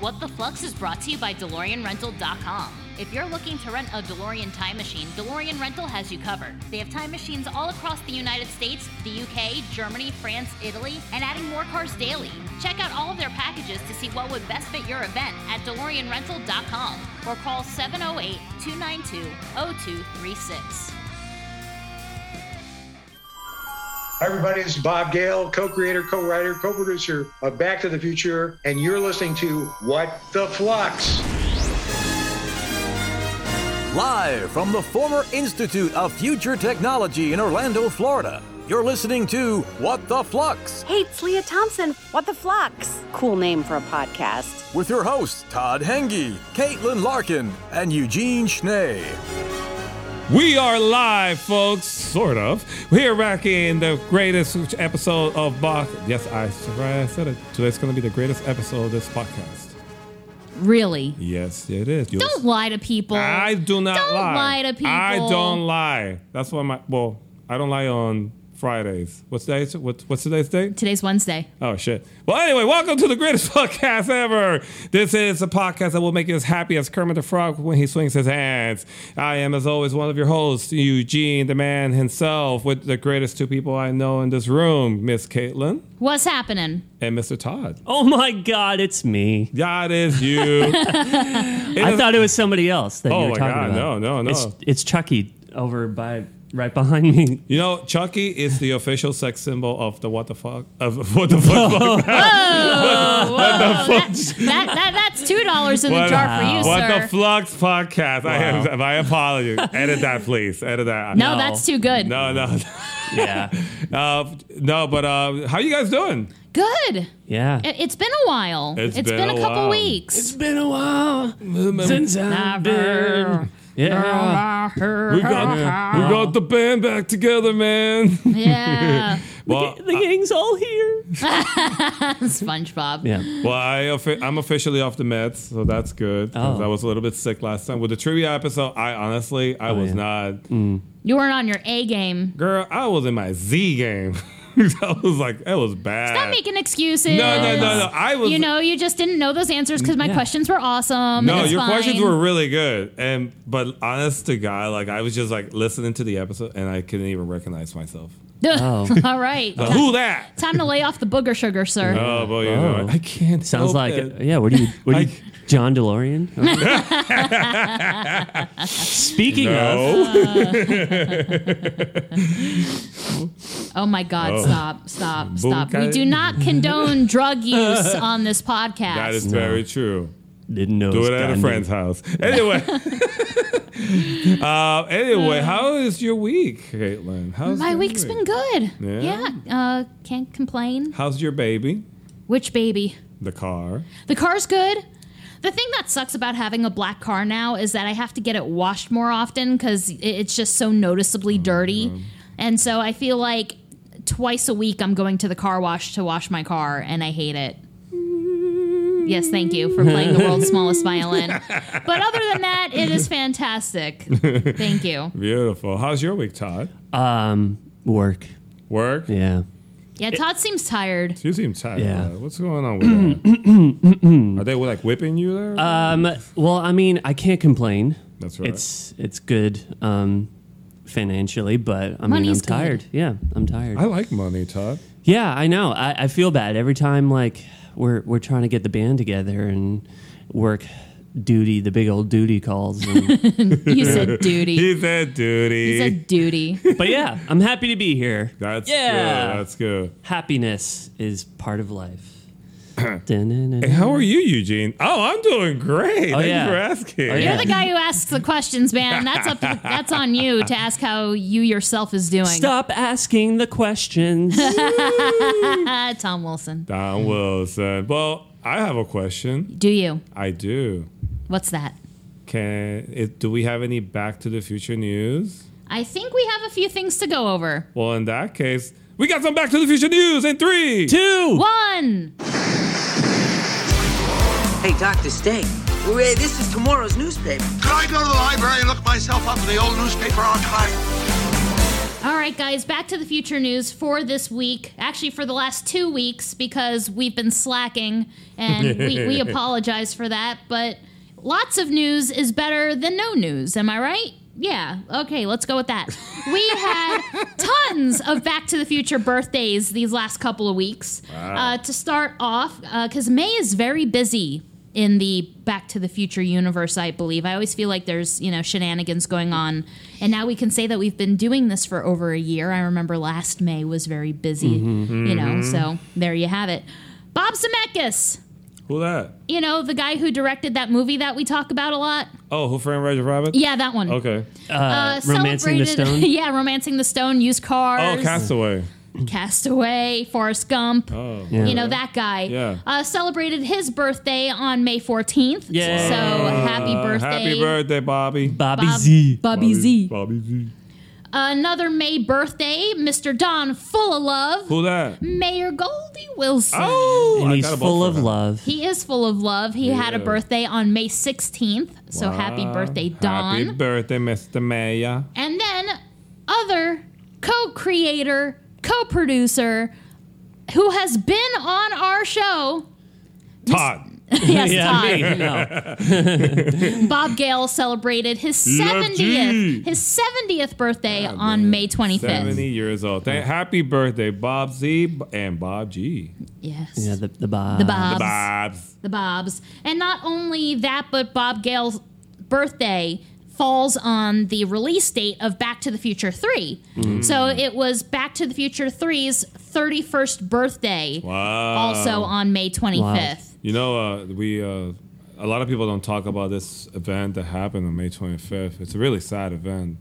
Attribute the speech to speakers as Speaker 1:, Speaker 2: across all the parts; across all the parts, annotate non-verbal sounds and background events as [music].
Speaker 1: What the Flux is brought to you by DeLoreanRental.com. If you're looking to rent a DeLorean time machine, DeLorean Rental has you covered. They have time machines all across the United States, the UK, Germany, France, Italy, and adding more cars daily. Check out all of their packages to see what would best fit your event at DeLoreanRental.com or call 708 292 0236.
Speaker 2: Hi, everybody. This is Bob Gale, co creator, co writer, co producer of Back to the Future, and you're listening to What the Flux.
Speaker 3: Live from the former Institute of Future Technology in Orlando, Florida, you're listening to What the Flux
Speaker 4: Hey, it's Leah Thompson. What the flux? Cool name for a podcast.
Speaker 3: with your hosts Todd Henge, Caitlin Larkin, and Eugene Schnee.
Speaker 5: We are live, folks, sort of. We're rocking the greatest episode of Bach. Yes, I I said it. Today's going to be the greatest episode of this podcast.
Speaker 6: Really?
Speaker 5: Yes, it is. You'll-
Speaker 6: Don't lie to people.
Speaker 5: I do not
Speaker 6: Don't
Speaker 5: lie.
Speaker 6: lie to people.
Speaker 5: I don't lie. That's why my well, I don't lie on Fridays. What's day? is it? What, what's today's date?
Speaker 6: Today's Wednesday.
Speaker 5: Oh shit. Well, anyway, welcome to the greatest [laughs] podcast ever. This is a podcast that will make you as happy as Kermit the Frog when he swings his hands. I am, as always, one of your hosts, Eugene, the man himself, with the greatest two people I know in this room, Miss Caitlin
Speaker 6: What's happening?
Speaker 5: and Mr. Todd.
Speaker 7: Oh my God, it's me.
Speaker 5: That
Speaker 6: [laughs]
Speaker 5: is you.
Speaker 7: I thought it was somebody else that
Speaker 5: Oh
Speaker 7: you
Speaker 5: my
Speaker 7: were talking
Speaker 5: God,
Speaker 7: about.
Speaker 5: no, no, no.
Speaker 7: It's, it's Chucky over by right behind me.
Speaker 5: You know, Chucky is the official sex symbol of the what the fuck
Speaker 6: [laughs]
Speaker 5: of [laughs] what the fuck.
Speaker 6: Oh, That, that that's two dollars in the jar for you,
Speaker 5: what
Speaker 6: sir.
Speaker 5: the flux podcast? I am. I apologize. Edit that, please. Edit that.
Speaker 6: no,
Speaker 7: No.
Speaker 6: that's too good.
Speaker 5: no, no.
Speaker 7: Yeah.
Speaker 5: Uh, no, but uh, how you guys doing?
Speaker 6: Good.
Speaker 7: [laughs] Yeah.
Speaker 6: It, has been a while.
Speaker 5: It's
Speaker 6: it's
Speaker 5: been
Speaker 6: been, a
Speaker 5: a
Speaker 6: couple
Speaker 5: while.
Speaker 6: weeks.
Speaker 7: been a while since I've
Speaker 6: Never.
Speaker 7: Yeah.
Speaker 5: [laughs] We got we got the band back together,
Speaker 7: [laughs]
Speaker 5: man.
Speaker 6: Oh, yeah.
Speaker 5: Well,
Speaker 7: The gang's all here.
Speaker 6: SpongeBob.
Speaker 7: Yeah.
Speaker 5: well, I offi- I'm officially off the meds, so that's good. 'cause
Speaker 7: Oh.
Speaker 5: I was a little bit sick last time with the trivia episode. I honestly, I was
Speaker 7: yeah.
Speaker 5: not.
Speaker 7: Mm.
Speaker 6: You weren't on your A game.
Speaker 5: Girl, I was in my Z game. [laughs] I was like, that was bad.
Speaker 6: Stop making excuses.
Speaker 5: Uh, no, no, no, no. I was.
Speaker 6: You know, you just didn't know those answers because my
Speaker 7: Yeah.
Speaker 6: questions were awesome. and
Speaker 5: No,
Speaker 6: it's
Speaker 5: your
Speaker 6: fine.
Speaker 5: questions
Speaker 6: [laughs]
Speaker 5: were really good, and but honest to God, like I was just like listening to the episode, and I couldn't even recognize myself.
Speaker 7: Oh.
Speaker 6: All right.
Speaker 5: Like, Who that?
Speaker 6: Time to lay off the booger sugar, sir.
Speaker 5: Oh, well, you
Speaker 7: Oh.
Speaker 5: know, I can't.
Speaker 7: Sounds
Speaker 5: help
Speaker 7: like
Speaker 5: it.
Speaker 7: yeah. What do you? What do you?
Speaker 5: I-
Speaker 7: John
Speaker 5: [laughs]
Speaker 7: DeLorean. Oh. Speaking of,
Speaker 5: No.
Speaker 6: Oh my God!
Speaker 5: Uh-huh.
Speaker 6: Stop! Stop! Stop! We
Speaker 5: Bunkai.
Speaker 6: do not condone drug use on this podcast.
Speaker 5: that is very true.
Speaker 7: didn't know.
Speaker 5: Do
Speaker 7: was
Speaker 5: it at a
Speaker 7: Gandhi.
Speaker 5: friend's house. [laughs]
Speaker 7: [laughs]
Speaker 5: Anyway. uh, anyway, how is your week, Caitlin? How's
Speaker 6: my
Speaker 5: your
Speaker 6: week's been good.
Speaker 5: Yeah?
Speaker 6: Yeah, uh, can't complain.
Speaker 5: How's your baby?
Speaker 6: Which baby?
Speaker 5: The car.
Speaker 6: The car's good. The thing that sucks about having a black car now is that I have to get it washed more often because it's just so noticeably dirty, and so I feel like twice a week I'm going to the car wash to wash my car, and I hate it. Yes, thank you for playing the world's smallest violin. But other than that, it is fantastic. Thank you.
Speaker 5: Beautiful. How's your week, Todd?
Speaker 7: Um, work.
Speaker 5: Work?
Speaker 7: Yeah.
Speaker 6: Yeah, Todd seems tired.
Speaker 5: You seem tired.
Speaker 7: Yeah.
Speaker 5: Uh, What's going on with
Speaker 7: [clears throat]
Speaker 5: that? Are they like whipping you there?
Speaker 7: Um, well, I mean, I can't complain.
Speaker 5: That's right.
Speaker 7: It's it's good um, financially, but I mean, I'm
Speaker 6: Money's good.
Speaker 7: tired. Yeah, I'm tired.
Speaker 5: I like money, Todd.
Speaker 7: yeah, I know. I, I feel bad every time. Like we're we're trying to get the band together and work duty, the big old duty calls.
Speaker 5: [laughs]
Speaker 7: And,
Speaker 6: You said duty.
Speaker 5: He's at
Speaker 6: You
Speaker 5: duty.
Speaker 6: said duty.
Speaker 7: but yeah, I'm happy to be here.
Speaker 5: that's
Speaker 7: Yeah.
Speaker 5: good. That's good.
Speaker 7: Happiness is part
Speaker 5: [clears throat]
Speaker 7: of life.
Speaker 5: Hey, how are you, Eugene? Oh, I'm doing great.
Speaker 7: Oh,
Speaker 5: Thank
Speaker 7: yeah.
Speaker 5: you for asking.
Speaker 7: Oh, yeah.
Speaker 6: You're the guy who asks the questions, man. That's up. To, that's on you to ask how you yourself is doing.
Speaker 7: Stop asking
Speaker 6: [laughs]
Speaker 7: the questions.
Speaker 6: Uh, Tom Wilson.
Speaker 5: Don Wilson. Well, I have a question.
Speaker 6: Do you?
Speaker 5: I do.
Speaker 6: What's that?
Speaker 5: Can it, do we have any Back to the Future news?
Speaker 6: I think we have a few things to go over.
Speaker 5: Well, in that case, we got some Back to the Future news in three.
Speaker 7: Two.
Speaker 6: One.
Speaker 8: Hey, Dr. Stay. Hey, this is tomorrow's newspaper.
Speaker 9: Could I go to the library and look myself up in the old newspaper archive?
Speaker 6: All right, guys, back to the future news for this week. Actually, for the last two weeks, because we've been slacking, and we, we apologize for that. But lots of news is better than no news. Am I right? Yeah. Okay, let's go with that. We had tons of Back to the Future birthdays these last couple of weeks. Uh, to start off, because May is very busy in the Back to the Future universe, I believe. I always feel like there's, you know, shenanigans going on. And now we can say that we've been doing this for over a year. I remember last May was very busy,
Speaker 5: Mm-hmm.
Speaker 6: you know, so there you have it. Bob Zemeckis,
Speaker 5: Who that?
Speaker 6: you know, the guy who directed that movie that we talk about a lot.
Speaker 5: Oh, who framed Roger Rabbit?
Speaker 6: Yeah, that one.
Speaker 5: Okay.
Speaker 6: Uh,
Speaker 7: Romancing the
Speaker 6: celebrated- [laughs]
Speaker 7: Stone?
Speaker 6: yeah, Romancing the Stone, used cars,
Speaker 5: Oh, Castaway.
Speaker 6: Castaway, Forrest Gump.
Speaker 5: Oh.
Speaker 6: You know, that guy
Speaker 5: Yeah.
Speaker 6: uh, celebrated his birthday on May 14th.
Speaker 7: Yay.
Speaker 6: So happy
Speaker 5: Uh,
Speaker 6: birthday.
Speaker 5: Happy birthday, Bobby.
Speaker 7: Bobby
Speaker 6: Bob-
Speaker 7: Z.
Speaker 6: Bobby, Z.
Speaker 5: Bobby Z.
Speaker 6: Another May birthday, Mr. Don Full of Love,
Speaker 5: Who that?
Speaker 6: Mayor Goldie Wilson.
Speaker 5: Oh,
Speaker 7: and
Speaker 5: I
Speaker 7: he's
Speaker 5: got a bump
Speaker 7: full
Speaker 5: for
Speaker 7: of
Speaker 5: that.
Speaker 7: love.
Speaker 6: He is full of love. He had a
Speaker 5: Yeah.
Speaker 6: birthday on May 16th. So happy
Speaker 5: Wow.
Speaker 6: birthday, Don.
Speaker 5: Happy birthday, Mr. Mayor.
Speaker 6: and then other co-creator, co-producer who has been on our
Speaker 5: [laughs]
Speaker 6: show.
Speaker 5: Todd.
Speaker 6: Yes,
Speaker 7: Yeah,
Speaker 6: Todd.
Speaker 7: me, no.
Speaker 6: Bob Gale celebrated his
Speaker 5: Love G.
Speaker 6: 70th his 70th birthday on May 25th.
Speaker 5: 70 years old. Thank, happy birthday, Bob Z b- and Bob G.
Speaker 6: Yes.
Speaker 7: Yeah, the, the Bob.
Speaker 6: the Bobs.
Speaker 5: Bobs.
Speaker 6: the Bobs. And not only that, but Bob Gale's birthday falls on the release date of Back to the Future 3.
Speaker 5: Mm.
Speaker 6: So it was Back to the Future 3's 31st birthday,
Speaker 5: Wow.
Speaker 6: also on May 25th.
Speaker 5: You know, uh, we uh, a lot of people don't talk about this event that happened on May 25th. It's a really sad event.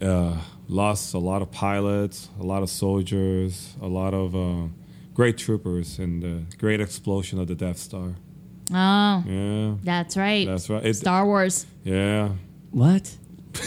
Speaker 5: Uh, lost a lot of pilots, a lot of soldiers, a lot of uh, great troopers, and the great explosion of the Death Star.
Speaker 6: Oh,
Speaker 5: Yeah,
Speaker 6: that's right.
Speaker 5: that's right. It's,
Speaker 6: Star Wars.
Speaker 5: yeah,
Speaker 7: What?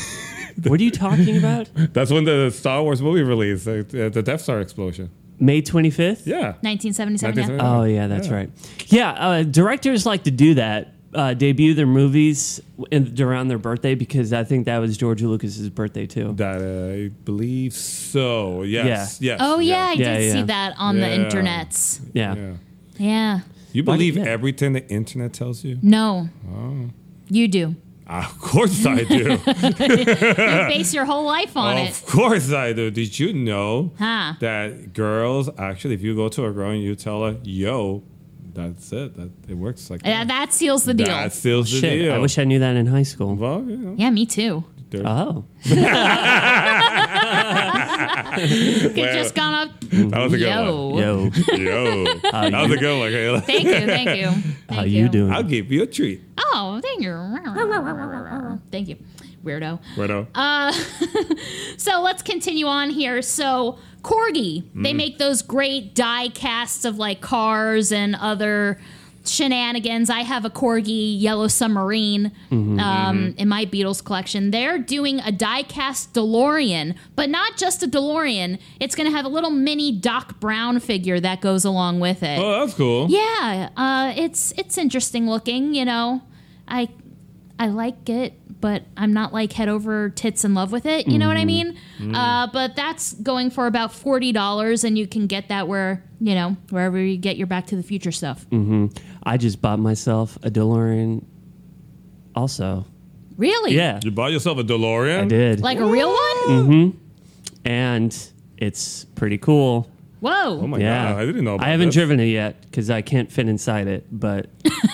Speaker 7: [laughs] what are you talking about?
Speaker 5: that's when the Star Wars movie released, uh, the Death Star explosion.
Speaker 7: May 25th?
Speaker 5: Yeah.
Speaker 6: 1977. yeah.
Speaker 7: Oh yeah, that's right. Yeah, uh, directors like to do that. Uh, debut their movies in, around their birthday because I think that was George Lucas's birthday too.
Speaker 5: That uh, I believe so. Yes. Yes.
Speaker 6: Oh, yeah, I
Speaker 5: yes.
Speaker 6: did
Speaker 7: Yeah,
Speaker 6: see
Speaker 7: yeah.
Speaker 6: that on the
Speaker 5: Yeah.
Speaker 6: internets.
Speaker 7: Yeah,
Speaker 5: Yeah.
Speaker 6: Yeah.
Speaker 5: You
Speaker 7: Why did-
Speaker 5: believe
Speaker 7: yeah.
Speaker 5: everything the internet tells you?
Speaker 6: No.
Speaker 5: Oh.
Speaker 6: You do.
Speaker 5: Of course I do. [laughs]
Speaker 6: You base your whole life on it.
Speaker 5: of course I do. Did you know
Speaker 6: Huh.
Speaker 5: that girls actually, if you go to a girl and you tell her, "Yo," that's it. That it works like
Speaker 6: Yeah,
Speaker 5: that.
Speaker 6: that seals the deal.
Speaker 5: That seals the
Speaker 7: shit.
Speaker 5: deal.
Speaker 7: I wish I knew that in high school.
Speaker 5: well, you know,
Speaker 6: yeah, me too.
Speaker 7: Oh,
Speaker 6: Could have just gone up.
Speaker 5: that was a good
Speaker 6: Yo.
Speaker 5: one.
Speaker 7: yo,
Speaker 6: [laughs]
Speaker 5: Yo,
Speaker 7: Oh,
Speaker 5: that was a good one. Kayla.
Speaker 6: Thank you. Thank
Speaker 7: [laughs]
Speaker 6: you. Thank
Speaker 7: how you doing?
Speaker 5: I'll give you a treat,
Speaker 6: Oh, thank you. thank you. Weirdo.
Speaker 5: Redo.
Speaker 6: Uh, So let's continue on here. So Corgi, they
Speaker 7: Mm-hmm.
Speaker 6: make those great die casts of like cars and other shenanigans. I have a Corgi yellow submarine
Speaker 7: Mm-hmm.
Speaker 6: um, in my Beatles collection. They're doing a die cast DeLorean, but not just a DeLorean. It's going to have a little mini Doc Brown figure that goes along with it.
Speaker 5: oh, that's cool.
Speaker 6: Yeah, uh, it's it's interesting looking. You know, I I like it, but I'm not like head over tits in love with it. You know what I
Speaker 5: Mm-hmm.
Speaker 6: mean? Uh, but that's going for about forty dollars, and you can get that where you know wherever you get your Back to the Future stuff.
Speaker 5: Mm.
Speaker 7: I just bought myself a DeLorean. Also,
Speaker 6: Really?
Speaker 7: yeah,
Speaker 5: You bought yourself a DeLorean.
Speaker 7: I did,
Speaker 6: Like a real one?
Speaker 5: Mm-hmm.
Speaker 7: and it's pretty cool.
Speaker 6: Whoa!
Speaker 5: Oh my
Speaker 7: Yeah,
Speaker 5: god, I didn't know. About
Speaker 7: I haven't
Speaker 5: this.
Speaker 7: driven it yet because I can't fit inside it.
Speaker 6: [laughs]
Speaker 7: But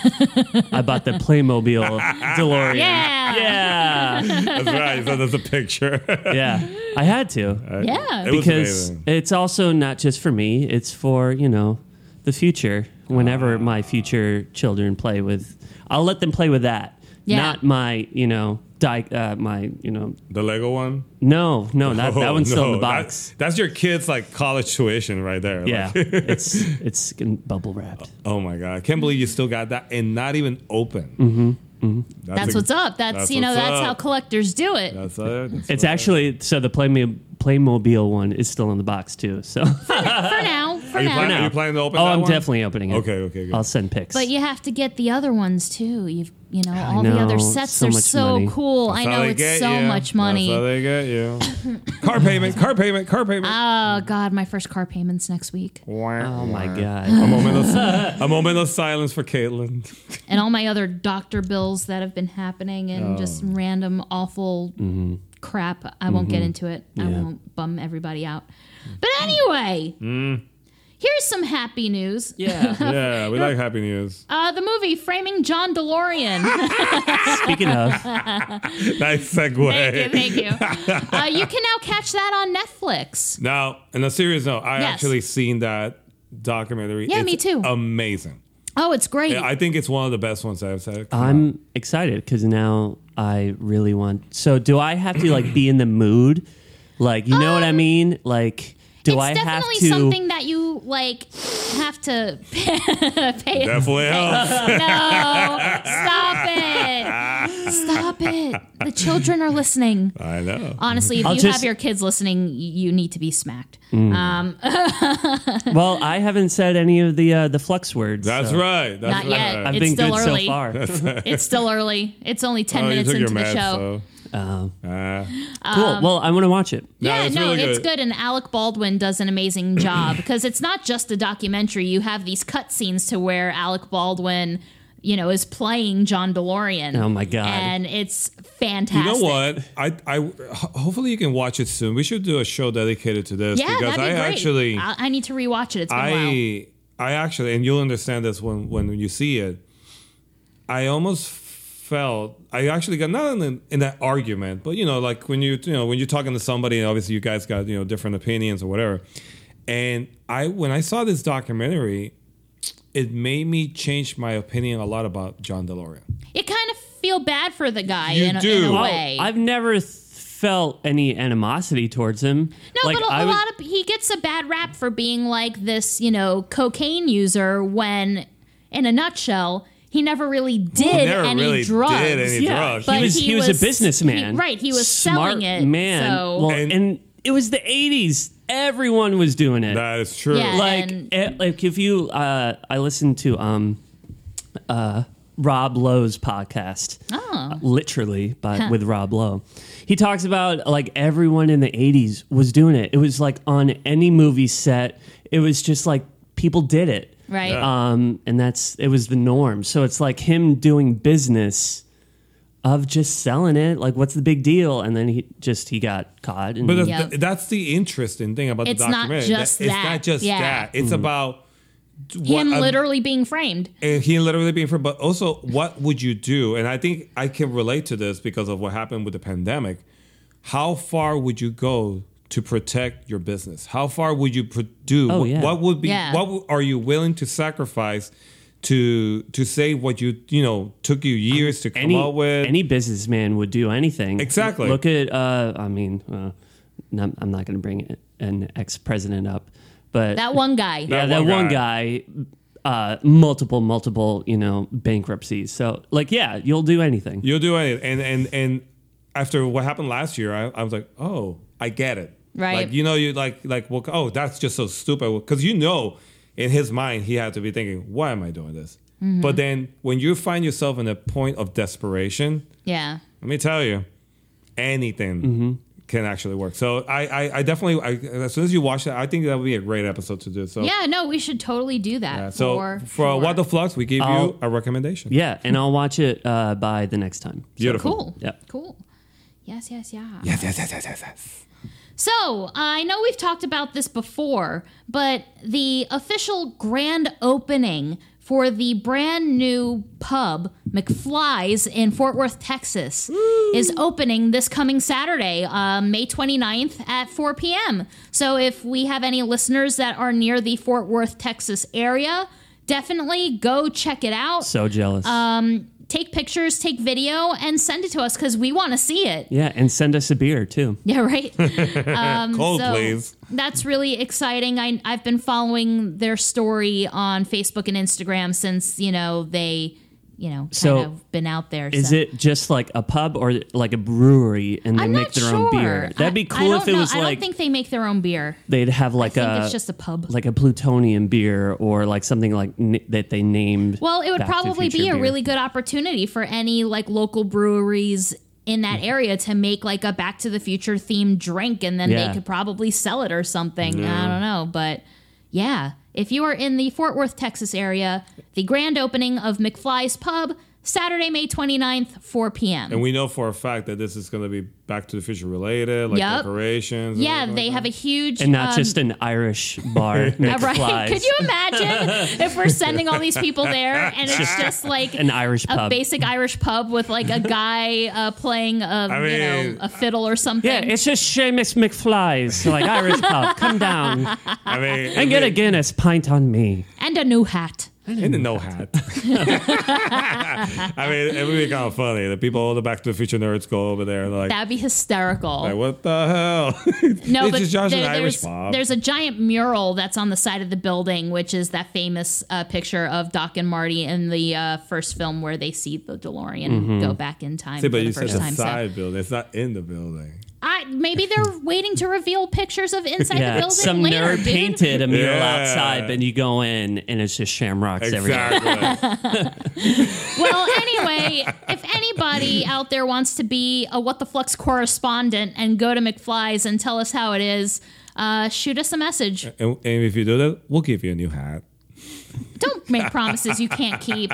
Speaker 7: I bought
Speaker 5: [laughs]
Speaker 7: the Playmobil DeLorean.
Speaker 6: yeah.
Speaker 7: yeah,
Speaker 5: That's right. So there's a picture. [laughs]
Speaker 7: yeah. I had to.
Speaker 6: Yeah.
Speaker 5: It was
Speaker 7: because
Speaker 5: amazing.
Speaker 7: it's also not just for me it's for you know the future
Speaker 5: Ah.
Speaker 7: whenever my future children play with i'll let them play with that
Speaker 6: Yeah.
Speaker 7: not my you know di- uh, my you know
Speaker 5: the Lego one.
Speaker 7: no no that, that
Speaker 5: Oh,
Speaker 7: one's still in the
Speaker 5: no.
Speaker 7: box
Speaker 5: That- that's your kid's like college tuition right there.
Speaker 7: yeah
Speaker 5: [laughs] Like,
Speaker 7: it's it's in bubble wrapped
Speaker 5: oh my god, I can't believe you still got that and not even open.
Speaker 7: Mm-hmm.
Speaker 6: That's
Speaker 5: a-
Speaker 6: what's up. That's,
Speaker 5: that's
Speaker 6: you know
Speaker 5: what's
Speaker 6: that's
Speaker 5: up.
Speaker 6: how collectors do it.
Speaker 5: That's, uh, that's [laughs]
Speaker 7: it's actually so the Playmo- Playmobil one is still in the box too so
Speaker 6: for now, for
Speaker 5: you
Speaker 10: now.
Speaker 5: planning-
Speaker 7: No.
Speaker 5: Are you planning to open
Speaker 7: Oh,
Speaker 5: that
Speaker 7: I'm
Speaker 5: one?
Speaker 7: definitely opening it.
Speaker 5: Okay, okay, good.
Speaker 7: I'll send pics.
Speaker 10: But you have to get the other ones too. You've you know all the
Speaker 7: know,
Speaker 10: other
Speaker 7: it's
Speaker 10: sets
Speaker 7: so
Speaker 10: are
Speaker 7: much
Speaker 10: so
Speaker 7: money.
Speaker 10: cool. I
Speaker 5: That's how
Speaker 10: know
Speaker 5: they
Speaker 10: it's
Speaker 5: get
Speaker 10: so
Speaker 5: you.
Speaker 10: much
Speaker 5: That's how
Speaker 10: money.
Speaker 5: they get
Speaker 10: [laughs]
Speaker 5: you. car payment, car payment, car payment.
Speaker 10: Oh god, my first car payments next week,
Speaker 7: oh my
Speaker 5: A
Speaker 7: god.
Speaker 5: moment of
Speaker 10: [laughs]
Speaker 5: a moment of silence for Caitlin.
Speaker 10: and all my other doctor bills that have been happening, and just random awful crap. I won't get into it.
Speaker 6: Mm.
Speaker 10: I won't bum everybody out. But anyway, here's some happy news.
Speaker 7: Mm. yeah.
Speaker 5: Yeah, we like happy news.
Speaker 10: Uh, the movie Framing John DeLorean.
Speaker 7: [laughs] Speaking of,
Speaker 10: [laughs]
Speaker 5: Nice segue.
Speaker 10: Thank you, thank you. Uh, you can now catch that on Netflix.
Speaker 5: Now, in a serious note, I
Speaker 10: Yes.
Speaker 5: actually seen that documentary.
Speaker 10: Yeah,
Speaker 5: It's
Speaker 10: me too.
Speaker 5: Amazing.
Speaker 10: Oh, it's great.
Speaker 5: I think it's one of the best ones I've said.
Speaker 7: I'm excited because now I really want. So, do I have to like be in the mood? Like, you know what I mean? Like, do
Speaker 10: Um, it's
Speaker 7: I have to?
Speaker 10: definitely something that you like have to [laughs] pay. pay-
Speaker 5: Definitely
Speaker 10: [laughs]
Speaker 5: helps.
Speaker 10: No, stop it! Stop it! The children are listening.
Speaker 5: I know.
Speaker 10: Honestly, if
Speaker 7: I'll
Speaker 10: you have
Speaker 7: just-
Speaker 10: your kids listening, y- you need to be smacked. Um,
Speaker 7: Well, I haven't said any of the uh, the flux words.
Speaker 5: That's
Speaker 7: so
Speaker 5: right. That's
Speaker 10: Not
Speaker 5: right.
Speaker 10: yet.
Speaker 7: I've
Speaker 10: It's
Speaker 7: been
Speaker 10: still
Speaker 7: good
Speaker 10: early.
Speaker 7: so
Speaker 10: [laughs]
Speaker 7: far.
Speaker 10: it's still early. It's only ten
Speaker 5: Oh, you
Speaker 10: minutes
Speaker 5: took your
Speaker 10: into the
Speaker 5: meds, so-
Speaker 10: show.
Speaker 5: Ah.
Speaker 7: cool. Well, I want to watch it.
Speaker 5: No,
Speaker 10: Yeah,
Speaker 5: it's
Speaker 10: Um, no,
Speaker 5: really
Speaker 10: it's
Speaker 5: good.
Speaker 10: good. and Alec Baldwin does
Speaker 5: [clears throat]
Speaker 10: an amazing job because it's not just a documentary. You have these cutscenes to where Alec Baldwin, you know, is playing John DeLorean.
Speaker 7: Oh, my God.
Speaker 10: And it's
Speaker 5: You
Speaker 10: fantastic.
Speaker 5: know what? I, I ho- hopefully you can watch it soon. We should do a show dedicated to this
Speaker 10: Yeah,
Speaker 5: because
Speaker 10: that'd be
Speaker 5: I
Speaker 10: great.
Speaker 5: actually
Speaker 10: I, I need to rewatch it. It's been a while.
Speaker 5: I I actually, and you'll understand this when when you see it. I almost felt I actually got not in an, in that argument, but you know, like when you you know when you're talking to somebody, and obviously you guys got you know different opinions or whatever. And I when I saw this documentary, it made me change my opinion a lot about John DeLorean.
Speaker 10: It kind of feel bad for the guy
Speaker 5: You
Speaker 10: in, a,
Speaker 5: do.
Speaker 10: in a
Speaker 5: Well,
Speaker 10: way.
Speaker 7: I've never th- felt any animosity towards him.
Speaker 10: no,
Speaker 7: Oh, like,
Speaker 10: but a,
Speaker 7: I
Speaker 10: a
Speaker 7: was-
Speaker 10: lot of he gets a bad rap for being like this, you know, cocaine user when in a nutshell, he never really did
Speaker 5: never
Speaker 10: any
Speaker 5: really did
Speaker 10: drugs.
Speaker 5: any
Speaker 7: yeah,
Speaker 5: drugs.
Speaker 10: But
Speaker 7: he was
Speaker 10: he
Speaker 7: he, was,
Speaker 10: was-
Speaker 7: a businessman,
Speaker 10: he- right, he was
Speaker 7: Smart
Speaker 10: selling it,
Speaker 7: Man,
Speaker 10: so-
Speaker 7: well,
Speaker 5: And-
Speaker 7: and, it was the '80s. Everyone was doing it.
Speaker 5: That is true.
Speaker 10: Yeah.
Speaker 7: like
Speaker 10: and-
Speaker 7: eh, like if you uh i listened to um uh rob lowe's podcast
Speaker 10: Oh.
Speaker 7: literally but with rob lowe he talks about like everyone in the 80s was doing it it was like on any movie set it was just like people did it
Speaker 10: Right.
Speaker 7: um and that's it was the norm so it's like him doing business of just selling it like what's the big deal and then he just he got caught and
Speaker 5: But that's-
Speaker 10: Yep.
Speaker 5: that's the interesting thing about
Speaker 10: It's
Speaker 5: the
Speaker 10: not
Speaker 5: documentary.
Speaker 10: just
Speaker 5: it's
Speaker 10: that.
Speaker 5: not just
Speaker 10: Yeah.
Speaker 5: that. It's
Speaker 7: Mm-hmm.
Speaker 5: about
Speaker 10: him
Speaker 5: what a-
Speaker 10: literally being framed.
Speaker 5: And he literally being from, but also, what would you do? And I think I can relate to this because of what happened with the pandemic. How far would you go to protect your business? How far would you pro- do?
Speaker 7: Oh,
Speaker 5: what,
Speaker 7: yeah.
Speaker 5: what would be?
Speaker 10: Yeah.
Speaker 5: What w- are you willing to sacrifice to to save what you you know took you years to come
Speaker 7: any
Speaker 5: up with?
Speaker 7: any businessman would do anything.
Speaker 5: Exactly.
Speaker 7: Look at uh, I mean, uh, no, I'm not going to bring an ex president up, but
Speaker 10: That one guy.
Speaker 7: yeah,
Speaker 5: That
Speaker 7: that
Speaker 5: one
Speaker 7: one guy, uh, multiple multiple you know bankruptcies. So like yeah, you'll do anything.
Speaker 5: You'll do anything. And and and after what happened last year, I, I was like, oh, I get it.
Speaker 10: Right.
Speaker 5: Like you know, you like like well, oh, that's just so stupid because you know, in his mind, he had to be thinking, why am I doing this?
Speaker 10: Mm-hmm.
Speaker 5: But then when you find yourself in a point of desperation,
Speaker 10: Yeah.
Speaker 5: let me tell you, anything.
Speaker 7: Mm-hmm.
Speaker 5: Can actually work. So I, I, I definitely. I, as soon as you watch that, I think that would be a great episode to do. So
Speaker 10: Yeah, no, we should totally do that.
Speaker 5: So
Speaker 10: for,
Speaker 5: for, uh, what the flux, we give you
Speaker 7: I'll-
Speaker 5: a recommendation.
Speaker 7: Yeah, and I'll watch it uh, by the next time.
Speaker 5: Beautiful.
Speaker 10: cool.
Speaker 7: Yeah.
Speaker 10: Cool. Yes, yes, yeah.
Speaker 5: Yes, yes, yes, yes, yes, yes.
Speaker 10: So, I know we've talked about this before, but the official grand opening for the brand new pub, McFly's, in Fort Worth, Texas, is opening this coming Saturday, uh, May 29th at 4 p.m. So, if we have any listeners that are near the Fort Worth, Texas area, definitely go check it out.
Speaker 7: So jealous.
Speaker 10: Take pictures, take video, and send it to us because we want to see it.
Speaker 7: [laughs] yeah, and send us a beer too. [laughs]
Speaker 10: Yeah, right?
Speaker 5: Cold,
Speaker 10: So
Speaker 5: please.
Speaker 10: That's really exciting. I, I've been following their story on Facebook and Instagram since you know they you know, kind
Speaker 7: So,
Speaker 10: of been out there.
Speaker 7: Is
Speaker 10: so.
Speaker 7: it just like a pub or like a brewery and they
Speaker 10: I'm
Speaker 7: make
Speaker 10: not
Speaker 7: their
Speaker 10: sure.
Speaker 7: own beer? That'd be
Speaker 10: I-
Speaker 7: cool
Speaker 10: I
Speaker 7: if
Speaker 10: don't
Speaker 7: it
Speaker 10: know.
Speaker 7: was
Speaker 10: I
Speaker 7: like
Speaker 10: don't think they make their own beer.
Speaker 7: they'd have like
Speaker 10: I think
Speaker 7: a
Speaker 10: it's just a pub.
Speaker 7: like a plutonium beer or like something like n- that they named.
Speaker 10: Well, it would
Speaker 7: Back to
Speaker 10: probably be
Speaker 7: Future
Speaker 10: a
Speaker 7: beer.
Speaker 10: really good opportunity for any like local breweries in that
Speaker 7: Mm.
Speaker 10: area to make like a Back to the Future themed drink, and then
Speaker 7: Yeah.
Speaker 10: they could probably sell it or something. I don't know, but yeah, if you are in the Fort Worth, Texas area, the grand opening of McFly's Pub. Saturday, May 29th, 4 p.m.
Speaker 5: And we know for a fact that this is going to be Back to the Future related, like
Speaker 10: Yup.
Speaker 5: decorations. and
Speaker 10: yeah,
Speaker 5: everything
Speaker 10: they
Speaker 5: like
Speaker 10: have a huge
Speaker 7: and not
Speaker 10: um,
Speaker 7: just an Irish bar.
Speaker 10: Yeah,
Speaker 7: right?
Speaker 10: [laughs] Right? Could you
Speaker 7: [laughs]
Speaker 10: imagine if we're sending all these people there and it's just like
Speaker 7: an Irish
Speaker 10: a
Speaker 7: pub?
Speaker 10: basic Irish pub with like a guy uh, playing a you know
Speaker 5: mean-
Speaker 10: a fiddle or something?
Speaker 7: yeah, it's just Seamus McFly's like Irish pub. Come
Speaker 10: [laughs]
Speaker 7: down
Speaker 5: that. I mean,
Speaker 7: and get a Guinness pint on me.
Speaker 10: and a new hat.
Speaker 5: in the no hat. [laughs] I mean, it would be kind of funny. The people, the Back to the Future nerds, go over there and like,
Speaker 10: That'd be hysterical.
Speaker 5: like what the hell? [laughs]
Speaker 10: no,
Speaker 5: it's
Speaker 10: but
Speaker 5: just Josh
Speaker 10: there-
Speaker 5: and Irish
Speaker 10: there's
Speaker 5: Bob.
Speaker 10: there's a giant mural that's on the side of the building, which is that famous uh, picture of Doc and Marty in the uh, first film where they see the DeLorean go back in time
Speaker 5: Mm-hmm. See,
Speaker 10: for
Speaker 5: but
Speaker 10: the
Speaker 5: you said
Speaker 10: first
Speaker 5: the
Speaker 10: time. so-
Speaker 5: side building. It's not in the building.
Speaker 10: I
Speaker 5: [laughs]
Speaker 10: maybe they're waiting to reveal pictures of inside the
Speaker 7: Yeah,
Speaker 10: building
Speaker 7: some
Speaker 10: later.
Speaker 7: nerd
Speaker 10: dude.
Speaker 7: painted a mural
Speaker 5: Yeah.
Speaker 7: outside, but you go in and it's just shamrocks everywhere.
Speaker 10: [laughs]
Speaker 5: Exactly.
Speaker 10: Well, anyway,
Speaker 5: [laughs]
Speaker 10: if anybody out there wants to be a What the Flux correspondent and go to McFly's and tell us how it is, uh, shoot us a message.
Speaker 5: and, and if you do that, we'll give you a new hat.
Speaker 10: Don't make promises you can't keep.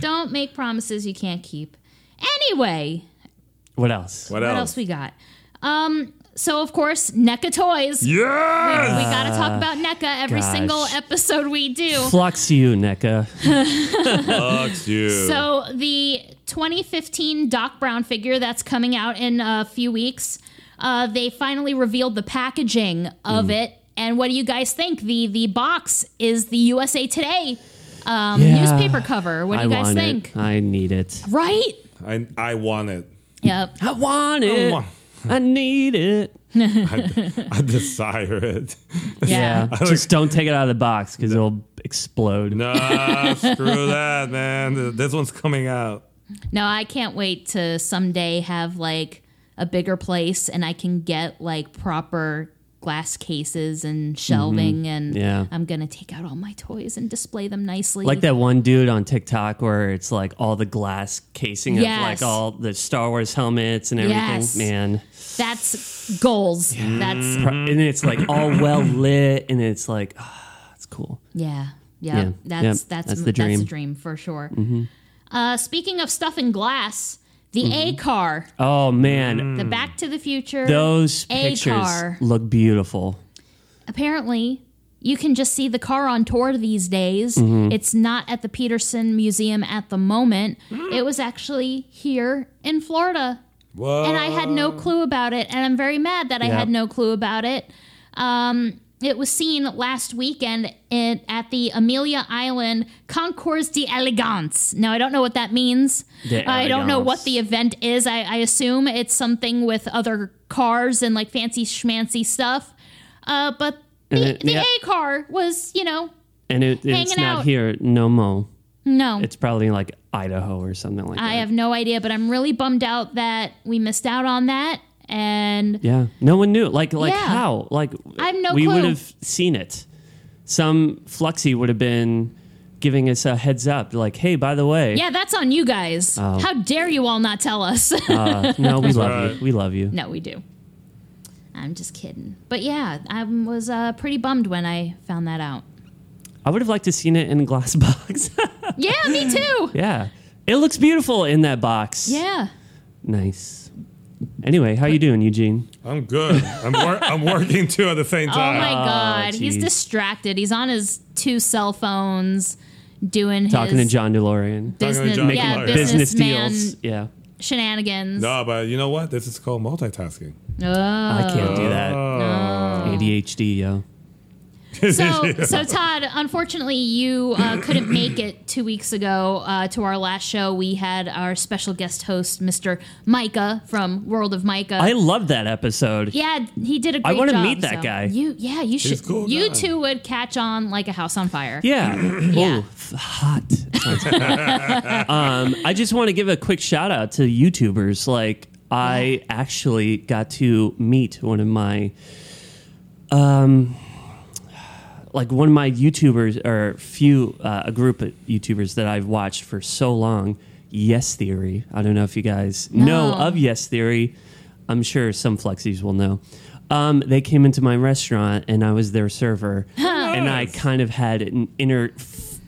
Speaker 10: Don't make promises you can't keep. Anyway,
Speaker 7: What else?
Speaker 5: What,
Speaker 10: what else we got? Um, so of course, NECA toys. [laughs]
Speaker 5: yeah.
Speaker 10: We got to talk about NECA every
Speaker 7: Gosh.
Speaker 10: single episode we do.
Speaker 7: Flux you, NECA.
Speaker 5: Fucks you.
Speaker 10: So the 2015 Doc Brown figure that's coming out in a few weeks, uh, they finally revealed the packaging of
Speaker 7: Mm.
Speaker 10: it. And what do you guys think? The the box is the USA Today um,
Speaker 7: Yeah.
Speaker 10: newspaper cover. What do
Speaker 7: I
Speaker 10: you guys
Speaker 7: want
Speaker 10: think?
Speaker 7: It. I need it.
Speaker 10: Right?
Speaker 5: I I want it.
Speaker 10: Yep.
Speaker 7: I want it.
Speaker 5: want-
Speaker 7: I need it.
Speaker 5: I desire it.
Speaker 7: Yeah. [laughs]
Speaker 10: [laughs]
Speaker 7: Just don't take it out of the box because it'll explode.
Speaker 5: Nah,
Speaker 10: [laughs]
Speaker 5: screw that, man. This one's coming out.
Speaker 10: No, I can't wait to someday have like a bigger place and I can get like proper glass cases and shelving and
Speaker 7: Yeah.
Speaker 10: I'm going to take out all my toys and display them nicely.
Speaker 7: Like that one dude on TikTok where it's like all the glass casing of
Speaker 10: Yes.
Speaker 7: like all the Star Wars helmets and everything.
Speaker 10: Yes.
Speaker 7: Man.
Speaker 10: That's goals. That's
Speaker 7: Pro- And it's like all well lit and it's like, ah, it's cool.
Speaker 10: yeah, yeah.
Speaker 7: Yeah,
Speaker 10: That's,
Speaker 7: yep,
Speaker 10: that's that's the dream. for sure. Uh, speaking of stuff in glass, the A car,
Speaker 7: Oh, man.
Speaker 10: the Back to Mm-hmm. Mm. the Future.
Speaker 7: Those
Speaker 10: A
Speaker 7: pictures
Speaker 10: car.
Speaker 7: look beautiful.
Speaker 10: Apparently, you can just see the car on tour these days.
Speaker 7: Mm-hmm.
Speaker 10: It's not at the Peterson Museum at the moment. It was actually here in Florida
Speaker 5: Whoa.
Speaker 10: and I had no clue about it, and I'm very mad that I
Speaker 7: Yeah.
Speaker 10: had no clue about it. Um, it was seen last weekend in, at the Amelia Island Concours d'Elegance. Now, I don't know what that means.
Speaker 7: De
Speaker 10: I don't know what
Speaker 7: Elegance.
Speaker 10: the event is. I, I assume it's something with other cars and like fancy schmancy stuff. Uh, but
Speaker 7: And
Speaker 10: the,
Speaker 7: it-
Speaker 10: the
Speaker 7: yeah.
Speaker 10: A car was, you know,
Speaker 7: And it, it's
Speaker 10: Hanging
Speaker 7: not
Speaker 10: out.
Speaker 7: here no more.
Speaker 10: no.
Speaker 7: It's probably in, like Idaho or something like
Speaker 10: I
Speaker 7: that.
Speaker 10: have no idea, but I'm really bummed out that we missed out on that. And
Speaker 7: Yeah, no one knew. Like, like
Speaker 10: Yeah.
Speaker 7: how? Like,
Speaker 10: I have no
Speaker 7: we
Speaker 10: clue.
Speaker 7: would have seen it. Some Fluxy would have been giving us a heads up, like, "Hey, by the way,
Speaker 10: Yeah, that's on you guys.
Speaker 7: Oh.
Speaker 10: How dare you all not tell
Speaker 7: [laughs]
Speaker 10: us?
Speaker 7: no, we love you. We love you."
Speaker 10: no, we do. I'm just kidding. But yeah, I was uh, pretty bummed when I found that out.
Speaker 7: I would have liked to seen it in a glass [laughs] box.
Speaker 10: Yeah, me
Speaker 7: [gasps]
Speaker 10: too.
Speaker 7: yeah, it looks beautiful in that box.
Speaker 10: Yeah.
Speaker 7: nice. Anyway, how you doing, Eugene?
Speaker 5: I'm good. I'm wor-
Speaker 10: [laughs]
Speaker 5: I'm working too at the same
Speaker 10: Oh
Speaker 7: Ah,
Speaker 5: time.
Speaker 10: my God. He's
Speaker 7: geez.
Speaker 10: distracted. He's on his two cell phones doing
Speaker 7: Talking
Speaker 10: his
Speaker 7: to John DeLorean.
Speaker 10: business,
Speaker 5: John
Speaker 10: yeah,
Speaker 5: Making
Speaker 7: Business
Speaker 10: businessman Oh.
Speaker 7: deals. Yeah,
Speaker 10: shenanigans.
Speaker 5: No, but you know what? This is called
Speaker 10: Oh.
Speaker 5: multitasking.
Speaker 7: I [laughs] can't do that. ADHD, yo.
Speaker 10: So, so Todd, unfortunately, you uh, couldn't make it two weeks ago uh, to our last show. We had our special guest host, Mr. Micah from World of Micah.
Speaker 7: I love that episode.
Speaker 10: yeah, he did a great
Speaker 7: I
Speaker 10: want
Speaker 7: wanna
Speaker 10: to
Speaker 7: meet that guy.
Speaker 10: You, yeah, you should.
Speaker 5: cool
Speaker 10: you
Speaker 5: guy.
Speaker 10: two would catch on like a house on fire.
Speaker 7: Yeah.
Speaker 10: [clears throat] Yeah.
Speaker 7: Oh, f- hot. [laughs] um, I just want to give a quick shout out to YouTubers. Like, I actually got to meet one of my, um, like one of my YouTubers or few uh, a group of YouTubers that I've watched for so long. Yes Theory. I don't know if you guys know
Speaker 10: No.
Speaker 7: of Yes Theory. I'm sure some flexies will know. Um, they came into my restaurant and I was their
Speaker 10: [laughs]
Speaker 7: server, and I kind of had an inner f-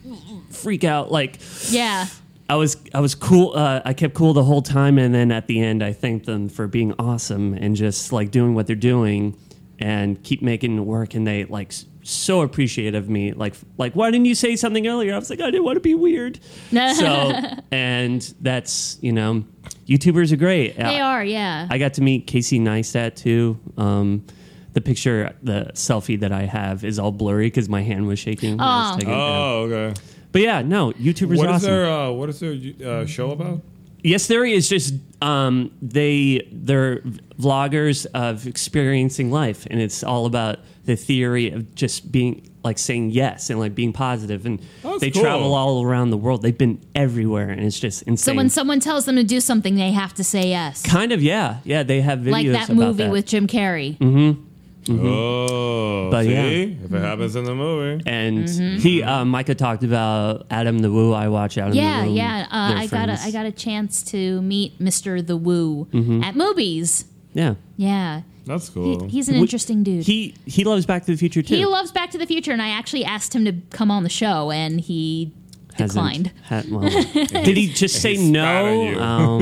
Speaker 7: freak out. Like
Speaker 10: Yeah.
Speaker 7: I was, I was cool. Uh, I kept cool the whole time, and then at the end, I thanked them for being awesome and just like doing what they're doing, and keep making it work. And they like s- so appreciative of me. Like, like why didn't you say something earlier? I was like, I didn't want to be weird. so, and that's you know, YouTubers are great. Uh,
Speaker 10: They are, yeah.
Speaker 7: I got to meet Casey Neistat too. Um, the picture, the selfie that I have is all blurry because my hand was shaking. when I was taking it down.
Speaker 5: Oh, okay.
Speaker 7: But yeah, no, YouTubers
Speaker 5: What
Speaker 7: are
Speaker 5: is
Speaker 7: awesome.
Speaker 5: their uh, What is their
Speaker 10: Mm-hmm.
Speaker 5: uh, show about?
Speaker 7: yes, Theory is just um, they they're vloggers of experiencing life, and it's all about the theory of just being like saying yes and like being positive, and
Speaker 5: That's
Speaker 7: they
Speaker 5: cool.
Speaker 7: travel all around the world. They've been everywhere, and it's just insane.
Speaker 10: So when someone tells them to do something, they have to say yes.
Speaker 7: kind of yeah, yeah, they have videos
Speaker 10: Like that
Speaker 7: about
Speaker 10: movie
Speaker 7: that. Mm-hmm.
Speaker 10: with Jim Carrey. Mm-hmm.
Speaker 5: Oh,
Speaker 7: But
Speaker 5: see?
Speaker 7: yeah.
Speaker 5: If it happens in the movie.
Speaker 7: and
Speaker 10: Mm-hmm.
Speaker 7: he uh, Micah talked about Adam the Woo. I watch Adam.
Speaker 10: Yeah,
Speaker 7: the Woo,
Speaker 10: yeah. Uh,
Speaker 7: They're
Speaker 10: I got a
Speaker 7: friends. Mm-hmm.
Speaker 10: I got a chance to meet Mr. The Woo at movies.
Speaker 7: Yeah,
Speaker 10: Yeah,
Speaker 5: That's
Speaker 10: he,
Speaker 5: cool.
Speaker 10: he's an interesting dude. He,
Speaker 7: he he loves Back to the Future too.
Speaker 10: loves Back to the Future, and I actually asked him to come on the show, and he
Speaker 7: Hasn't
Speaker 10: declined.
Speaker 7: had-
Speaker 10: [laughs]
Speaker 7: well, did he just say no? Um,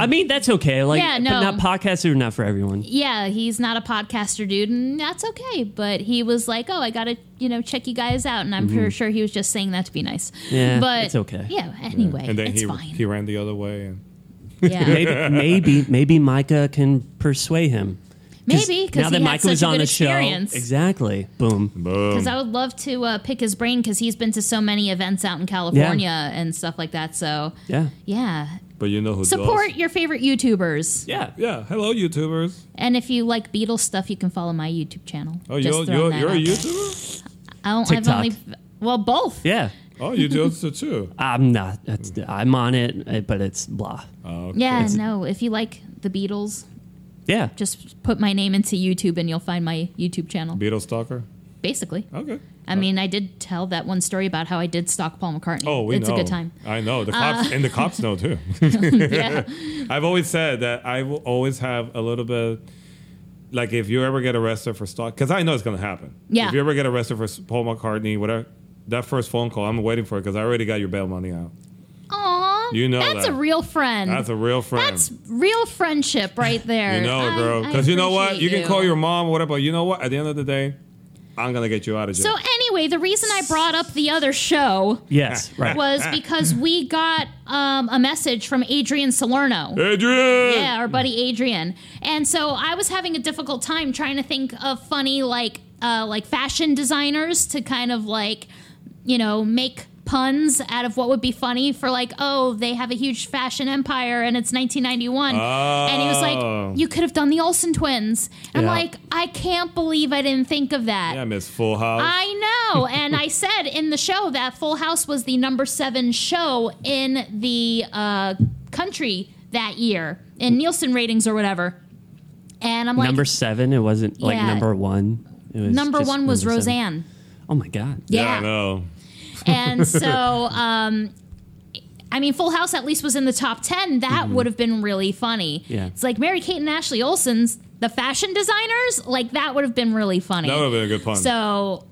Speaker 7: I mean, that's okay. Like,
Speaker 10: Yeah,
Speaker 7: but
Speaker 10: no.
Speaker 7: not podcasts are not for everyone.
Speaker 10: Yeah, he's not a podcaster dude, and that's okay. But he was like, "Oh, I gotta, you know, check you guys out," and I'm pretty sure he was just saying that to be nice.
Speaker 7: Mm-hmm. Yeah,
Speaker 10: but
Speaker 7: it's okay.
Speaker 10: Yeah, anyway,
Speaker 5: and then
Speaker 10: it's
Speaker 5: he
Speaker 10: fine.
Speaker 5: he ran the other way. And,
Speaker 10: yeah,
Speaker 7: Maybe, maybe maybe Micah can persuade him.
Speaker 10: maybe because
Speaker 7: now that
Speaker 10: he had
Speaker 7: Micah was
Speaker 10: such a
Speaker 7: on
Speaker 10: good
Speaker 7: the show,
Speaker 10: experience.
Speaker 7: exactly. Boom.
Speaker 10: Because I would love to uh, pick his brain because he's been to so many events out in California and stuff like that. So
Speaker 7: Yeah.
Speaker 10: yeah,
Speaker 5: but you know who
Speaker 10: support
Speaker 5: does?
Speaker 10: your favorite YouTubers.
Speaker 7: Yeah.
Speaker 5: Yeah. Hello, YouTubers.
Speaker 10: And if you like Beatles stuff, you can follow my YouTube channel.
Speaker 5: Oh,
Speaker 10: Just
Speaker 5: you're,
Speaker 10: throwing
Speaker 5: you're,
Speaker 10: that
Speaker 5: you're a
Speaker 10: out there.
Speaker 5: YouTuber?
Speaker 10: I don't, I've
Speaker 7: TikTok.
Speaker 10: only well both.
Speaker 7: Yeah.
Speaker 5: Oh, you
Speaker 10: [laughs]
Speaker 5: do it too.
Speaker 7: I'm not. That's, I'm on it, uh, but it's blah.
Speaker 5: Ah,
Speaker 10: Yeah, no. If you like the Beatles,
Speaker 7: Yeah.
Speaker 10: just put my name into YouTube and you'll find my YouTube channel.
Speaker 5: Beatles stalker?
Speaker 10: Basically,
Speaker 5: Okay.
Speaker 10: I mean, I did tell that one story about how I did stalk Paul McCartney.
Speaker 5: Oh, we
Speaker 10: it's
Speaker 5: know.
Speaker 10: a good
Speaker 5: [laughs]
Speaker 10: time. Uh,
Speaker 5: I know. The cops and the cops know
Speaker 10: [laughs]
Speaker 5: too.
Speaker 10: Yeah,
Speaker 5: I've always said that I will always have a little bit like if you ever get arrested for stalk because I know it's gonna happen.
Speaker 10: Yeah.
Speaker 5: If you ever get arrested for s- Paul McCartney, whatever that first phone call, I'm waiting for it because I already got your bail money out.
Speaker 10: Aw,
Speaker 5: You know
Speaker 10: that's
Speaker 5: that.
Speaker 10: a real friend.
Speaker 5: That's a real friend.
Speaker 10: That's real
Speaker 5: [laughs]
Speaker 10: friendship right there.
Speaker 5: you know,
Speaker 10: I-
Speaker 5: girl.
Speaker 10: I
Speaker 5: Because you know what? You
Speaker 10: appreciate
Speaker 5: can call your mom or whatever. You know what? At the end of the day, I'm gonna get you out of jail.
Speaker 10: So anyway, the reason I brought up the other show
Speaker 7: Yes. Right.
Speaker 5: [laughs]
Speaker 10: was because we got um, a message from Adrian Salerno.
Speaker 5: Adrian.
Speaker 10: Yeah, our buddy Adrian. And so I was having a difficult time trying to think of funny like uh, like fashion designers to kind of like you know make puns out of what would be funny for like oh they have a huge fashion empire and it's 1991 and he was
Speaker 5: Oh.
Speaker 10: like you could have done the Olsen twins and
Speaker 7: Yeah.
Speaker 10: I'm like I can't believe I didn't think of that
Speaker 5: Yeah, Miss Full House.
Speaker 10: I know. And
Speaker 5: [laughs]
Speaker 10: I said in the show that Full House was the number seven show in the uh, country that year in Nielsen ratings or whatever. And I'm like,
Speaker 7: number seven. It wasn't like
Speaker 10: Yeah.
Speaker 7: number one. It was
Speaker 10: number
Speaker 7: just
Speaker 10: one was
Speaker 7: number seven.
Speaker 10: Roseanne.
Speaker 7: Oh my god.
Speaker 5: yeah, I
Speaker 10: Yeah.
Speaker 5: know. [laughs]
Speaker 10: and so, um, I mean, Full House at least was in the top 10. That
Speaker 5: Mm-hmm.
Speaker 10: would have been really funny.
Speaker 7: Yeah.
Speaker 10: It's like Mary Kate and Ashley Olsen's, the fashion designers, like that would have been really funny.
Speaker 5: That would have been a good pun.
Speaker 10: So,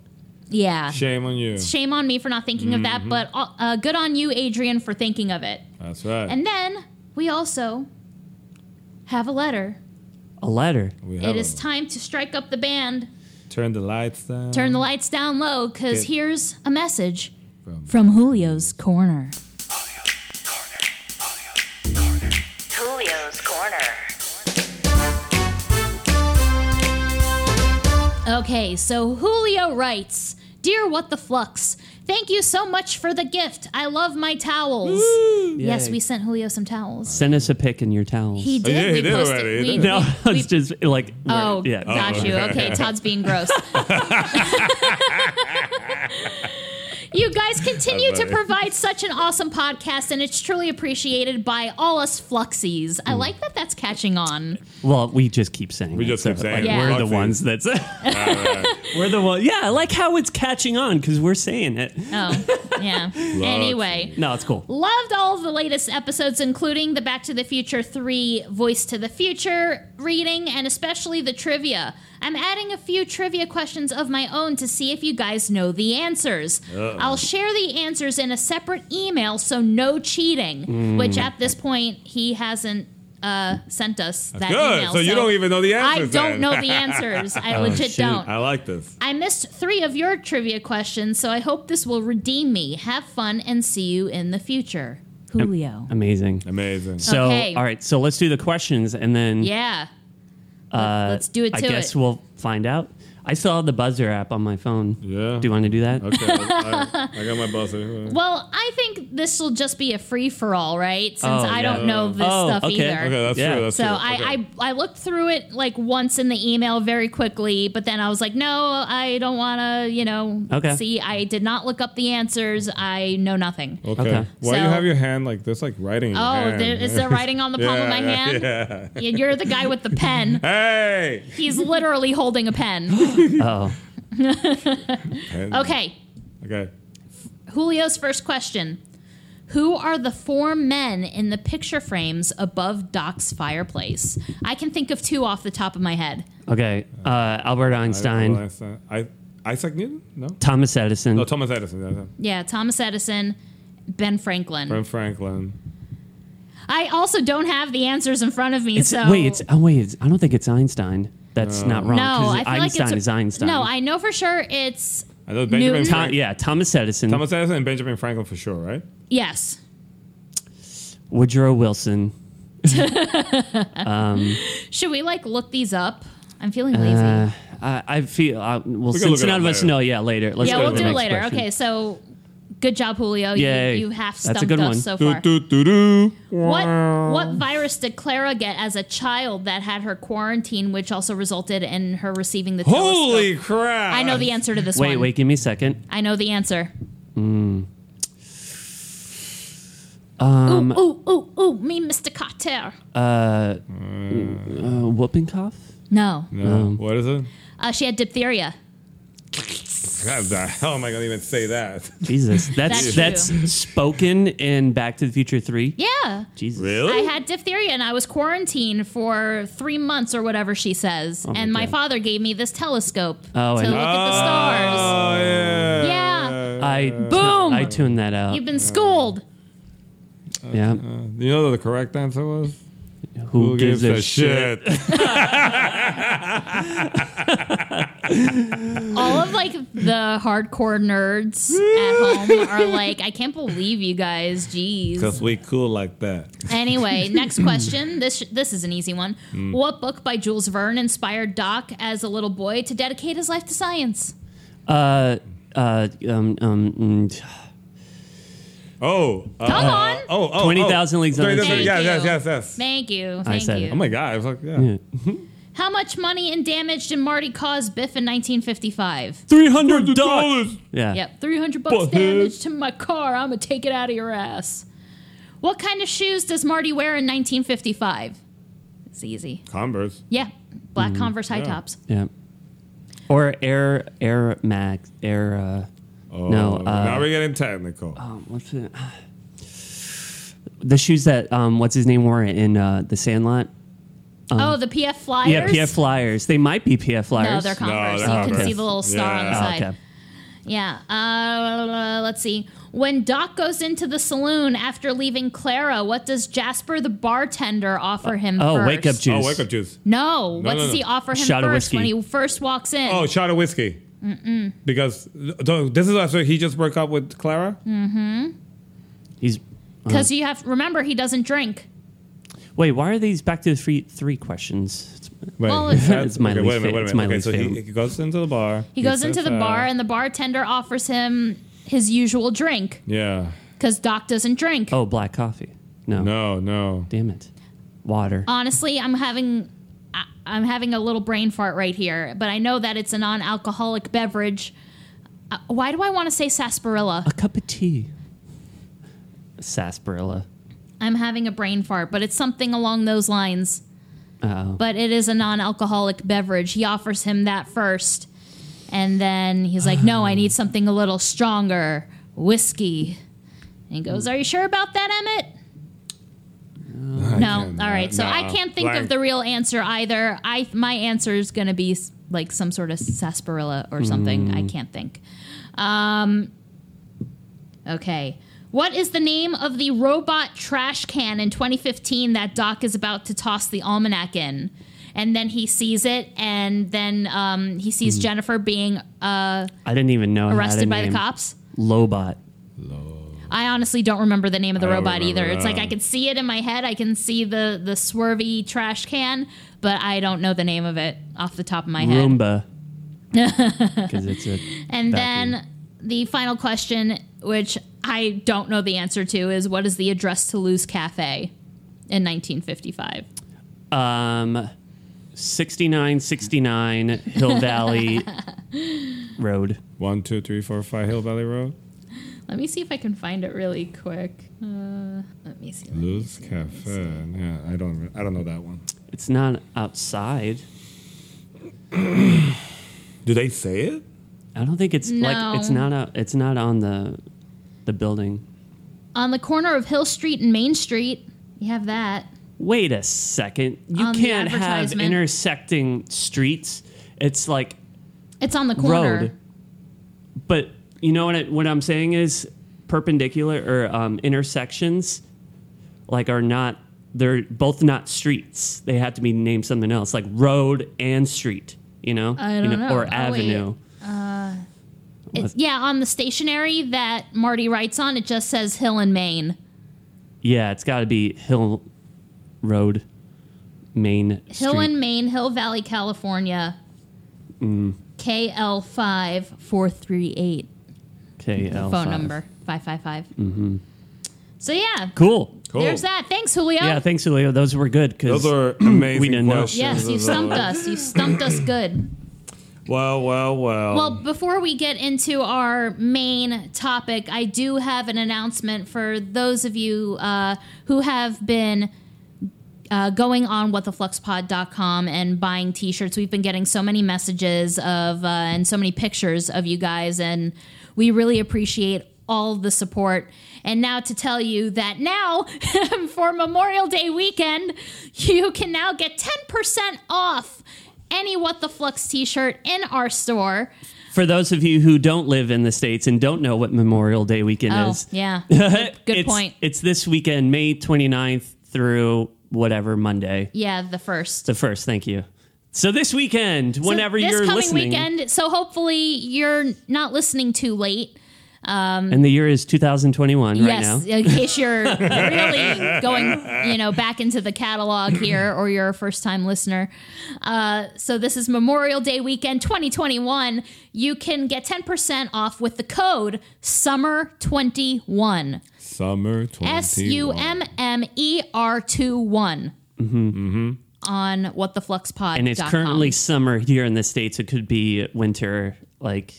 Speaker 10: yeah.
Speaker 5: Shame on you.
Speaker 10: shame on me for not thinking of
Speaker 5: Mm-hmm.
Speaker 10: that, but uh, uh, good on you, Adrian, for thinking of it.
Speaker 5: That's right.
Speaker 10: And then we also have a letter.
Speaker 7: A letter.
Speaker 5: we
Speaker 10: It
Speaker 5: have
Speaker 10: is
Speaker 5: a-
Speaker 10: time to strike up the band,
Speaker 5: turn the lights down.
Speaker 10: turn the lights down low, because
Speaker 5: Okay.
Speaker 10: here's a message from Julio's Corner.
Speaker 9: Julio's Corner.
Speaker 10: Okay, so Julio writes Dear What the Flux, thank you so much for the gift. I love my towels. Yes,
Speaker 7: Yay.
Speaker 10: we sent Julio some towels.
Speaker 7: Send us a pic in your towels.
Speaker 10: He did.
Speaker 5: Oh, yeah, he
Speaker 10: we
Speaker 5: did
Speaker 10: posted.
Speaker 5: already.
Speaker 7: [laughs]
Speaker 10: We,
Speaker 7: no,
Speaker 10: we-
Speaker 7: it's just like
Speaker 10: Oh,
Speaker 7: yeah.
Speaker 10: got you. Okay, Todd's being gross. you guys continue to
Speaker 5: funny.
Speaker 10: provide such an awesome podcast, and it's truly appreciated by all us Fluxies. I like that that's catching on.
Speaker 7: Well, we just keep saying.
Speaker 5: We
Speaker 7: it,
Speaker 5: just
Speaker 7: so,
Speaker 5: keep saying
Speaker 7: like,
Speaker 5: it.
Speaker 10: Yeah.
Speaker 7: We're the
Speaker 5: Fluxies.
Speaker 7: ones that's. [laughs] we're the one. Yeah, I like how it's catching on because we're saying it.
Speaker 10: Oh, yeah. anyway.
Speaker 7: No, it's cool.
Speaker 10: Loved all the latest episodes, including the Back to the Future 3 Voice to the Future reading and especially the trivia. I'm adding a few trivia questions of my own to see if you guys know the answers. I'll share the answers in a separate email, so no cheating,
Speaker 5: Hmm.
Speaker 10: which at this point he hasn't uh, sent us that
Speaker 5: Good.
Speaker 10: email.
Speaker 5: So you don't even know the
Speaker 10: I
Speaker 5: answers
Speaker 10: don't
Speaker 5: then. Oh,
Speaker 10: know the
Speaker 5: [laughs]
Speaker 10: answers. I legit
Speaker 7: shoot.
Speaker 10: don't.
Speaker 5: I like this.
Speaker 10: I missed three of your trivia questions, so I hope this will redeem me. Have fun and see you in the future. Julio.
Speaker 7: Amazing.
Speaker 5: Amazing.
Speaker 10: [laughs]
Speaker 7: So,
Speaker 10: Okay.
Speaker 7: all right. So let's do the questions and then
Speaker 10: yeah. Let- Let's do it to
Speaker 7: Uh, I guess
Speaker 10: it.
Speaker 7: we'll find out. I still have the buzzer app on my phone.
Speaker 5: Yeah.
Speaker 7: Do you want to do that?
Speaker 5: okay, I, I- I got my buzzer.
Speaker 10: well, I think this will just be a free for all, right? Since
Speaker 7: Oh,
Speaker 10: I
Speaker 7: yeah.
Speaker 10: don't know this
Speaker 7: Oh,
Speaker 10: stuff
Speaker 7: okay.
Speaker 10: either.
Speaker 5: Okay, that's
Speaker 7: Yeah.
Speaker 5: true. That's
Speaker 10: So
Speaker 5: true.
Speaker 10: I,
Speaker 5: okay.
Speaker 10: I I looked through it like once in the email very quickly, but then I was like, no, I don't want to, you know.
Speaker 7: Okay.
Speaker 10: See, I did not look up the answers. I know nothing.
Speaker 5: okay.
Speaker 7: Okay.
Speaker 5: Why do you
Speaker 10: So-
Speaker 5: have your hand like this, like writing? in your
Speaker 10: Oh,
Speaker 5: hand?
Speaker 10: there, is there writing on the palm of
Speaker 5: [laughs]
Speaker 10: my
Speaker 5: Yeah,
Speaker 10: hand? Yeah, You're the guy with the pen.
Speaker 5: Hey.
Speaker 10: He's literally holding
Speaker 7: [gasps]
Speaker 10: a pen.
Speaker 7: Oh,
Speaker 10: Okay,
Speaker 5: Okay.
Speaker 10: Julio's first question Who are the four men in the picture frames above Doc's fireplace? I can think of two off the top of my head.
Speaker 7: okay. Uh, Albert Einstein,
Speaker 5: Einstein. I, Isaac Newton? No.
Speaker 7: Thomas Edison,
Speaker 5: No, Thomas Edison. that's it.
Speaker 10: Yeah, Thomas Edison, Ben Franklin.
Speaker 5: Ben Franklin.
Speaker 10: I also don't have the answers in front of me,
Speaker 7: It's-
Speaker 10: so.
Speaker 7: wait, it's oh wait, it's, I don't think it's Einstein. That's not wrong.
Speaker 10: uh, No,
Speaker 7: 'cause
Speaker 10: I feel
Speaker 7: Einstein
Speaker 10: like it's.
Speaker 7: is Einstein.
Speaker 10: No, I know for sure it's.
Speaker 5: I know Benjamin.
Speaker 10: Newton?
Speaker 7: Tho-
Speaker 5: Frank-
Speaker 7: yeah, Thomas Edison,
Speaker 5: Thomas Edison and Benjamin Franklin for sure, right?
Speaker 10: Yes.
Speaker 7: Woodrow Wilson.
Speaker 10: Should we, like, look these up? I'm feeling
Speaker 7: Uh,
Speaker 10: lazy.
Speaker 7: I, I feel uh, well
Speaker 5: We can
Speaker 7: since
Speaker 5: look it
Speaker 7: none
Speaker 5: up
Speaker 7: of us
Speaker 5: later.
Speaker 7: know. Yeah, later. Let's
Speaker 10: yeah,
Speaker 7: go
Speaker 10: we'll
Speaker 7: to the
Speaker 10: do it
Speaker 7: next
Speaker 10: later.
Speaker 7: question.
Speaker 10: Okay, so good job, Julio. You,
Speaker 7: Yay.
Speaker 10: you have
Speaker 7: That's a
Speaker 10: stumped
Speaker 7: good
Speaker 10: us
Speaker 7: one.
Speaker 10: so
Speaker 5: Do,
Speaker 10: far.
Speaker 5: do, do, do.
Speaker 10: What what virus did Clara get as a child that had her quarantine, which also resulted in her receiving the
Speaker 5: Holy
Speaker 10: telescope?
Speaker 5: crap.
Speaker 10: I know the answer to this
Speaker 7: Wait,
Speaker 10: one.
Speaker 7: wait, give me a second.
Speaker 10: I know the answer. Um, ooh, ooh, ooh, ooh, me, Mr. Carter.
Speaker 7: Uh, whooping cough.
Speaker 10: No.
Speaker 5: No. What is it?
Speaker 10: Uh, she had diphtheria.
Speaker 5: God, the hell am I going to even say that?
Speaker 10: [laughs]
Speaker 7: Jesus, that's
Speaker 10: That's
Speaker 7: that's, spoken in Back to the Future Three.
Speaker 10: Yeah.
Speaker 7: Jesus,
Speaker 10: I had diphtheria and I was quarantined for three months or whatever she says. and my
Speaker 7: God.
Speaker 10: father gave me this telescope
Speaker 7: Oh,
Speaker 10: to
Speaker 7: and-
Speaker 10: look at the stars.
Speaker 5: Oh, yeah.
Speaker 10: Yeah.
Speaker 7: I
Speaker 10: Boom!
Speaker 7: I tuned that out.
Speaker 10: You've been schooled.
Speaker 7: yeah,
Speaker 5: Uh, You know what the correct answer was?
Speaker 7: who, gives, a, shit? [laughs]
Speaker 10: All of like the hardcore nerds at home are like, I can't believe you guys. Jeez.
Speaker 5: Because we cool like that.
Speaker 10: Anyway, next question. This this is an easy one. What book by Jules Verne inspired Doc as a little boy to dedicate his life to science?
Speaker 7: Uh, uh, um, um, mm,
Speaker 5: Oh. uh,
Speaker 10: Come on.
Speaker 5: Oh, oh,
Speaker 7: 20,000
Speaker 5: oh.
Speaker 7: Leagues Under the
Speaker 5: 20,000
Speaker 7: Sea.
Speaker 5: Yes,
Speaker 10: Thank
Speaker 5: yes,
Speaker 10: you.
Speaker 5: yes, yes.
Speaker 10: Thank you. Thank
Speaker 7: said
Speaker 10: you.
Speaker 7: it.
Speaker 5: Oh my God! I was like, yeah.
Speaker 10: How much money and damage did Marty cause Biff in 1955?
Speaker 7: three hundred
Speaker 5: dollars.
Speaker 7: dollars. Yeah.
Speaker 10: Yep, 300 bucks
Speaker 5: Butthead.
Speaker 10: damage to my car. I'm gonna take it out of your ass. What kind of shoes does Marty wear in 1955? It's easy.
Speaker 5: Converse.
Speaker 10: Yeah, black Converse high tops.
Speaker 7: Yeah. Or Air Air Max Air. Uh, no.
Speaker 5: Oh,
Speaker 7: Uh,
Speaker 5: now we're getting technical.
Speaker 7: um, what's it? [sighs] The shoes that um, what's his name wore in uh, the Sandlot.
Speaker 10: oh, the PF Flyers?
Speaker 7: Um, Yeah, PF Flyers. They might be PF Flyers.
Speaker 10: No, they're Converse.
Speaker 5: they're
Speaker 10: you
Speaker 5: Converse.
Speaker 10: can see the little star on
Speaker 5: Yeah.
Speaker 10: the
Speaker 7: Oh,
Speaker 10: side.
Speaker 7: okay.
Speaker 10: Yeah. Uh, let's see. When Doc goes into the saloon after leaving Clara, what does Jasper the bartender offer him
Speaker 7: Oh,
Speaker 10: first?
Speaker 7: wake up juice.
Speaker 5: Oh, wake up juice.
Speaker 10: No.
Speaker 5: no,
Speaker 10: What does
Speaker 5: no.
Speaker 10: he offer him
Speaker 7: Shot of
Speaker 10: first when
Speaker 7: whiskey.
Speaker 10: he first walks in?
Speaker 5: Oh, shot of whiskey. Mm-mm. Because so this is after he just broke up with Clara.
Speaker 10: Mm.
Speaker 7: He's
Speaker 10: Because you have remember he doesn't drink.
Speaker 7: wait. Why are these Back to the Free Three questions?
Speaker 5: Wait,
Speaker 10: Well,
Speaker 5: is that-
Speaker 7: it's my
Speaker 5: okay,
Speaker 7: least
Speaker 5: wait a minute, wait a
Speaker 7: favorite. It's my
Speaker 5: minute. Okay,
Speaker 7: least
Speaker 5: so he,
Speaker 7: favorite.
Speaker 5: he goes into the bar. uh,
Speaker 10: He goes into the bar, and the bartender offers him his usual drink
Speaker 5: yeah.
Speaker 10: because Doc doesn't drink.
Speaker 7: Oh, black coffee. No.
Speaker 5: No, no.
Speaker 7: Damn it. Water.
Speaker 10: Honestly, I'm having I, I'm having a little brain fart right here, but I know that it's a non-alcoholic beverage. Uh, why do I want to say sarsaparilla?
Speaker 7: a cup of tea. Sarsaparilla.
Speaker 10: I'm having a brain fart, but it's something along those lines.
Speaker 7: Oh,
Speaker 10: But it is a non-alcoholic beverage. He offers him that first, and then he's like, "No, I need something a little stronger, whiskey." And he
Speaker 7: Hmm.
Speaker 10: goes, "Are you sure about that, Emmett?" No.
Speaker 5: cannot.
Speaker 10: All right. So
Speaker 5: No.
Speaker 10: I can't think
Speaker 5: Blank.
Speaker 10: of the real answer either. I my answer is going to be s- like some sort of sarsaparilla or something.
Speaker 7: Hmm.
Speaker 10: I can't think. Um, okay. What is the name of the robot trash can in 2015 that Doc is about to toss the almanac in? And then he sees it, and then um, he sees Jennifer being uh,
Speaker 7: Hmm. I didn't even know. it had a
Speaker 10: arrested by the
Speaker 7: name.
Speaker 10: cops.
Speaker 7: Lobot.
Speaker 10: I honestly don't remember the name of the
Speaker 5: I don't
Speaker 10: robot either.
Speaker 5: remember
Speaker 10: It's
Speaker 5: that.
Speaker 10: like I can see it in my head. I can see the the swervy trash can, but I don't know the name of it off the top of my head.
Speaker 7: Roomba.
Speaker 10: [laughs]
Speaker 7: Because it's a. vacuum.
Speaker 10: And then the final question, which I don't know the answer to, is what is the address to Lou's Cafe in 1955?
Speaker 7: Um, 6969 Hill
Speaker 10: [laughs]
Speaker 7: Valley Road.
Speaker 5: One, two, three, four, five, Hill Valley Road.
Speaker 10: Let me see if I can find it really quick. Uh, let me see.
Speaker 5: Luz Cafe. Yeah, I don't. I don't know that one.
Speaker 7: It's not outside.
Speaker 5: Do they say it?
Speaker 7: I don't think it's
Speaker 10: No.
Speaker 7: like it's not a, it's not on the the building.
Speaker 10: On the corner of Hill Street and Main Street, you have that.
Speaker 7: Wait a second. You
Speaker 10: On the
Speaker 7: can't have
Speaker 10: advertisement.
Speaker 7: intersecting streets. It's like
Speaker 10: It's on the corner.
Speaker 7: road. But you know what? I, what I'm saying is perpendicular or um, intersections, like are not they're both not streets. They have to be named something else, like road and street. You know,
Speaker 10: I
Speaker 7: You
Speaker 10: don't know.
Speaker 7: or
Speaker 10: Oh, wait.
Speaker 7: avenue.
Speaker 10: It's, yeah, on the stationery that Marty writes on, it just says Hill and Maine.
Speaker 7: Yeah, it's got to be hill, road, main
Speaker 10: Hill
Speaker 7: street.
Speaker 10: and Maine, Hill Valley, California. KL five four three eight
Speaker 7: KL
Speaker 10: phone number five five five. So yeah,
Speaker 7: Cool.
Speaker 5: Cool.
Speaker 10: there's that. Thanks, Julio.
Speaker 7: Yeah, thanks, Julio. Those were good because
Speaker 5: Those [clears throat] are amazing
Speaker 7: We didn't know.
Speaker 5: questions.
Speaker 10: yes, you
Speaker 5: Those
Speaker 10: stumped
Speaker 5: are-
Speaker 10: us. You stumped us good.
Speaker 5: Well, well, well.
Speaker 10: Well, before we get into our main topic, I do have an announcement for those of you uh, who have been uh, going on whatthefluxpod.com and buying t-shirts. We've been getting so many messages of uh, and so many pictures of you guys, and we really appreciate all the support. And now to tell you that now [laughs] for Memorial Day weekend, you can now get 10% off any What the Flux t-shirt in our store.
Speaker 7: for those of you who don't live in the states and don't know what Memorial Day weekend
Speaker 10: Oh,
Speaker 7: is, [laughs]
Speaker 10: yeah. Good, good
Speaker 7: it's,
Speaker 10: point.
Speaker 7: It's this weekend, May 29th through whatever Monday.
Speaker 10: Yeah, the first.
Speaker 7: The first, thank you. So this weekend,
Speaker 10: So
Speaker 7: whenever
Speaker 10: this
Speaker 7: you're
Speaker 10: coming
Speaker 7: listening,
Speaker 10: weekend, so hopefully you're not listening too late.
Speaker 7: and the year is 2021 right now.
Speaker 10: yes, in
Speaker 7: [laughs]
Speaker 10: case you're really going, you know, back into the catalog here, or you're a first-time listener. Uh, so this is Memorial Day weekend, 2021. You can get 10% off with the code Summer21.
Speaker 5: Summer 21.
Speaker 10: S U M M E R 2 one. On what the flux pod
Speaker 7: Mm-hmm. and it's currently summer here in the states. It could be winter, like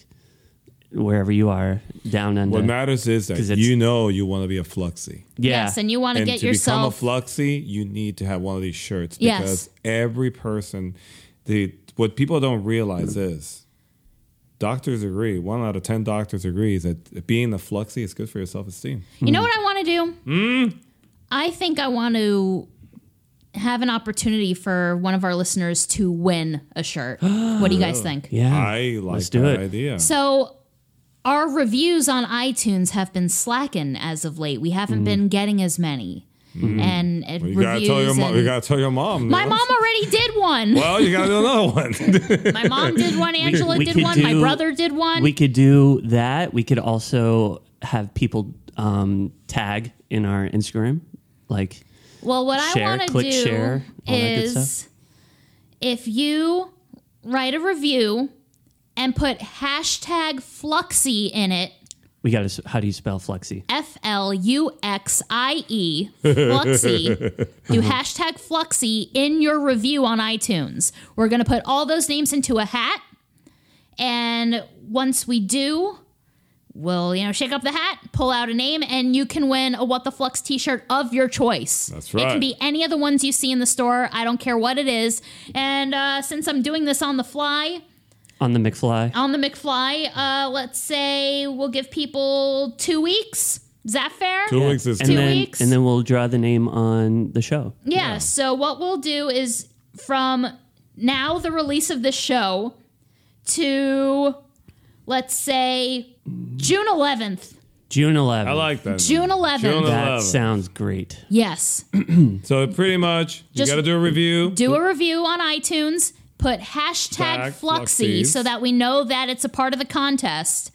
Speaker 7: wherever you are down under.
Speaker 5: What matters is that
Speaker 7: 'Cause it's-
Speaker 5: you know you want to be a fluxy.
Speaker 7: yeah,
Speaker 10: Yes, and you want to
Speaker 5: And
Speaker 10: get
Speaker 5: to
Speaker 10: yourself
Speaker 5: become a fluxy, you need to have one of these shirts
Speaker 10: Yes.
Speaker 5: because every person, the what people don't realize is doctors agree, one out of 10 doctors agrees that being a fluxy is good for your self esteem.
Speaker 10: You know what I want to do?
Speaker 5: Hmm?
Speaker 10: I think I want to have an opportunity for one of our listeners to win a
Speaker 5: [gasps]
Speaker 10: shirt. what do you guys think?
Speaker 7: yeah.
Speaker 5: I like
Speaker 7: Let's do
Speaker 5: that
Speaker 7: it.
Speaker 5: idea.
Speaker 10: So, our reviews on iTunes have been slacking as of late. We haven't been getting as many. And, and
Speaker 5: Mm. you gotta
Speaker 10: reviews.
Speaker 5: tell your mom.
Speaker 10: and-
Speaker 5: You gotta tell your mom.
Speaker 10: my
Speaker 5: man.
Speaker 10: mom already did one.
Speaker 5: Well, you gotta do another
Speaker 10: [laughs]
Speaker 5: one. [laughs]
Speaker 10: my mom did one. Angela
Speaker 7: we
Speaker 10: did
Speaker 7: could
Speaker 10: one. my
Speaker 7: do-
Speaker 10: brother did one.
Speaker 7: We could do that. We could also have people um, tag in our Instagram, like
Speaker 10: Well, what
Speaker 7: Share,
Speaker 10: I want to
Speaker 7: click
Speaker 10: do
Speaker 7: share, all that good
Speaker 10: is if you write a review and put hashtag Fluxy in it,
Speaker 7: We got to. How do you spell Fluxy?
Speaker 10: F L U X I E,
Speaker 7: [laughs]
Speaker 10: Fluxy. Do hashtag Fluxy in your review on iTunes. We're going to put all those names into a hat. And once we do, we'll, you know, shake up the hat, pull out a name, and you can win a What the Flux t shirt of your choice.
Speaker 5: That's
Speaker 10: It
Speaker 5: right.
Speaker 10: can be any of the ones you see in the store. I don't care what it is. And uh, since I'm doing this on the fly,
Speaker 7: On the McFly.
Speaker 10: on the McFly, uh, let's say we'll give people two weeks. Is that fair?
Speaker 5: Two weeks is
Speaker 7: and
Speaker 10: two
Speaker 7: then,
Speaker 10: weeks.
Speaker 7: And then we'll draw the name on the show.
Speaker 10: Yeah, So what we'll do is from now the release of this show to let's say June 11th.
Speaker 7: June 11th.
Speaker 5: I like that.
Speaker 10: June 11th.
Speaker 5: June
Speaker 7: that.
Speaker 5: 11th.
Speaker 7: Sounds great.
Speaker 10: Yes.
Speaker 5: So pretty much, you
Speaker 10: Just-
Speaker 5: got to do a review.
Speaker 10: Do a review on iTunes. Put hashtag
Speaker 5: Tag
Speaker 10: Fluxy
Speaker 5: Fluxies.
Speaker 10: so that we know that it's a part of the contest.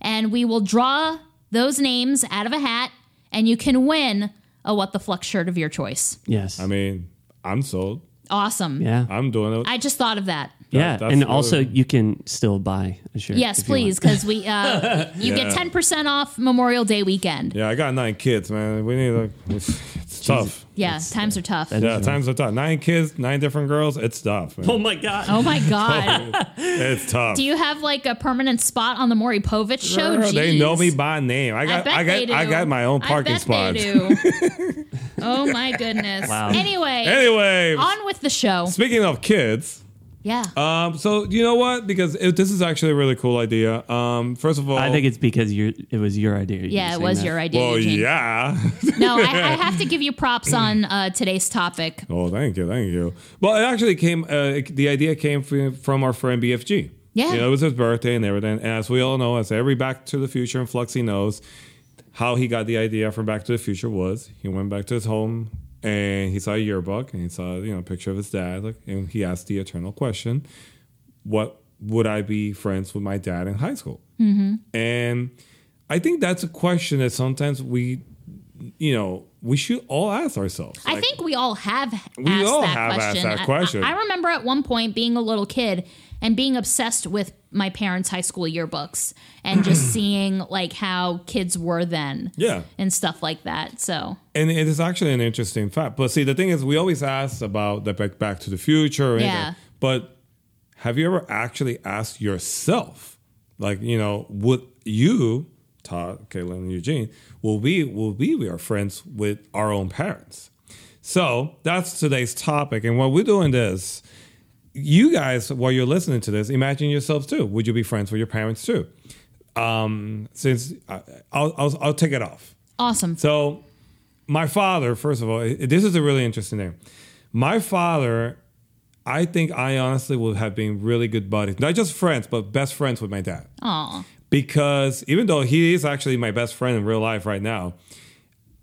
Speaker 10: And we will draw those names out of a hat and you can win a What the Flux shirt of your choice.
Speaker 7: Yes.
Speaker 5: I mean, I'm sold.
Speaker 10: Awesome.
Speaker 7: yeah.
Speaker 5: I'm doing it.
Speaker 10: I just thought of that.
Speaker 7: yeah.
Speaker 5: that's
Speaker 7: and
Speaker 5: what-
Speaker 7: also, you can still buy a shirt.
Speaker 10: Yes,
Speaker 7: if you want.
Speaker 10: please, because we uh, you get ten percent off Memorial Day weekend. Yeah,
Speaker 5: yeah, I got nine kids, man. We need a. [laughs] It's, it's tough.
Speaker 10: times are tough.
Speaker 5: Yeah, times are tough. Nine kids, nine different girls. It's tough. [laughs] man.
Speaker 7: Oh my God.
Speaker 10: Oh my god!
Speaker 5: It's tough.
Speaker 10: Do you have like a permanent spot on the Maury Povich show?
Speaker 5: Girl, they
Speaker 10: Jeez.
Speaker 5: know me by name. I
Speaker 10: I
Speaker 5: got,
Speaker 10: bet
Speaker 5: I, got,
Speaker 10: they do.
Speaker 5: I got my own parking
Speaker 10: I bet
Speaker 5: spot.
Speaker 10: They do.
Speaker 5: [laughs]
Speaker 10: oh my goodness!
Speaker 7: Wow.
Speaker 10: Anyway,
Speaker 5: Anyway,
Speaker 10: on with the show.
Speaker 5: speaking of kids,
Speaker 10: Yeah,
Speaker 5: um, so you know what? Because it, this is actually a really cool idea. Um, first of all,
Speaker 7: I think it's because you it was your idea. You
Speaker 10: yeah, it
Speaker 7: saying
Speaker 10: was
Speaker 7: that.
Speaker 10: your idea.
Speaker 5: well,
Speaker 10: Eugene.
Speaker 5: yeah.
Speaker 10: [laughs]
Speaker 5: [laughs]
Speaker 10: No, I, I have to give you props on uh, today's topic.
Speaker 5: oh, thank you, thank you. Well, it actually came. Uh, it- the idea came from, from our friend BFG.
Speaker 10: Yeah.
Speaker 5: you know, it was his birthday and everything. And as we all know, as every Back to the Future and Fluxy knows, how he got the idea from Back to the Future was he went back to his home and he saw a yearbook and he saw you know a picture of his dad. Like, and he asked the eternal question, "What would I be friends with my dad in high school?" Mm-hmm. And I think that's a question that sometimes we, you know, we should all ask ourselves.
Speaker 10: I
Speaker 5: Like,
Speaker 10: think we all have asked
Speaker 5: We all
Speaker 10: that
Speaker 5: have asked
Speaker 10: question.
Speaker 5: that
Speaker 10: I-
Speaker 5: question.
Speaker 10: I, I remember at one point being a little kid and being obsessed with my parents' high school yearbooks and
Speaker 5: [clears throat]
Speaker 10: just seeing like how kids were then
Speaker 5: yeah.
Speaker 10: and stuff like that. So
Speaker 5: And it is actually an interesting fact. But see, the thing is, we always ask about the Back, back to the Future, or anything.
Speaker 10: Yeah.
Speaker 5: But have you ever actually asked yourself, like, you know, would you, Todd, Caitlin, and Eugene, will we will we be our friends with our own parents? So that's today's topic. And while we're doing this, you guys, while you're listening to this, imagine yourselves too. Would you be friends with your parents too? Um, since I, I'll, I'll I'll take it off.
Speaker 10: awesome.
Speaker 5: So, my father, first of all, i- this is a really interesting name. My father, I think I honestly would have been really good buddies, not just friends, but best friends with my dad.
Speaker 10: Aw.
Speaker 5: Because even though he is actually my best friend in real life right now,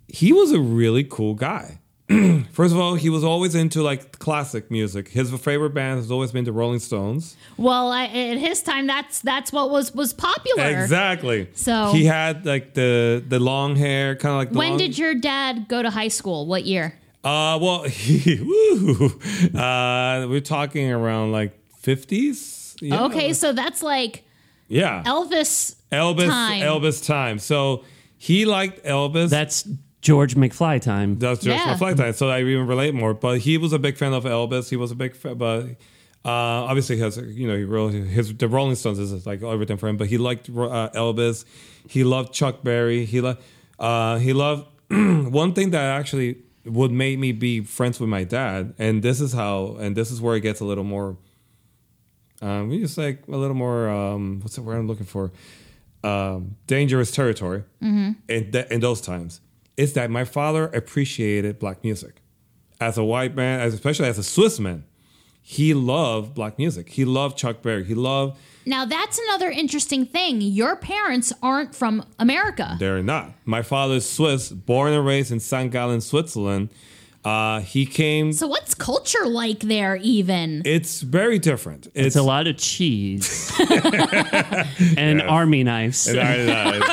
Speaker 5: he was a really cool guy. [clears throat] First of all, he was always into like classic music. His favorite band has always been the Rolling Stones.
Speaker 10: Well, I, at his time, that's that's what was was popular.
Speaker 5: Exactly.
Speaker 10: So-
Speaker 5: he had like the the long hair, kind of like the
Speaker 10: When
Speaker 5: long-
Speaker 10: did your dad go to high school? What year?
Speaker 5: Uh, well, [laughs] woo, uh, we're talking around like fifties. Yeah.
Speaker 10: Okay, so that's like
Speaker 5: yeah,
Speaker 10: Elvis.
Speaker 5: Elvis,
Speaker 10: time.
Speaker 5: Elvis time. So he liked Elvis.
Speaker 7: That's George McFly time.
Speaker 5: That's just
Speaker 10: Yeah.
Speaker 5: reflect that. So I even relate more. But he was a big fan of Elvis. He was a big fan, but uh, obviously he has you know he really, his the Rolling Stones is like everything for him. But he liked uh, Elvis. He loved Chuck Berry. He loved uh, he loved [clears throat] one thing that actually would make me be friends with my dad. And this is how and this is where it gets a little more. Um, we just like a little more. Um, what's the word I'm looking for? Um, dangerous territory in, th- in those times is that my father appreciated black music. As a white man, as especially as a Swiss man, he loved black music. He loved Chuck Berry. He loved.
Speaker 10: Now that's another interesting thing. Your parents aren't from America.
Speaker 5: They're not. My father's Swiss, born and raised in St. Gallen, Switzerland. Uh, he came.
Speaker 10: So what's culture like there even?
Speaker 5: it's very different.
Speaker 7: It's
Speaker 5: [laughs]
Speaker 7: a lot of cheese and army knives.
Speaker 5: It's-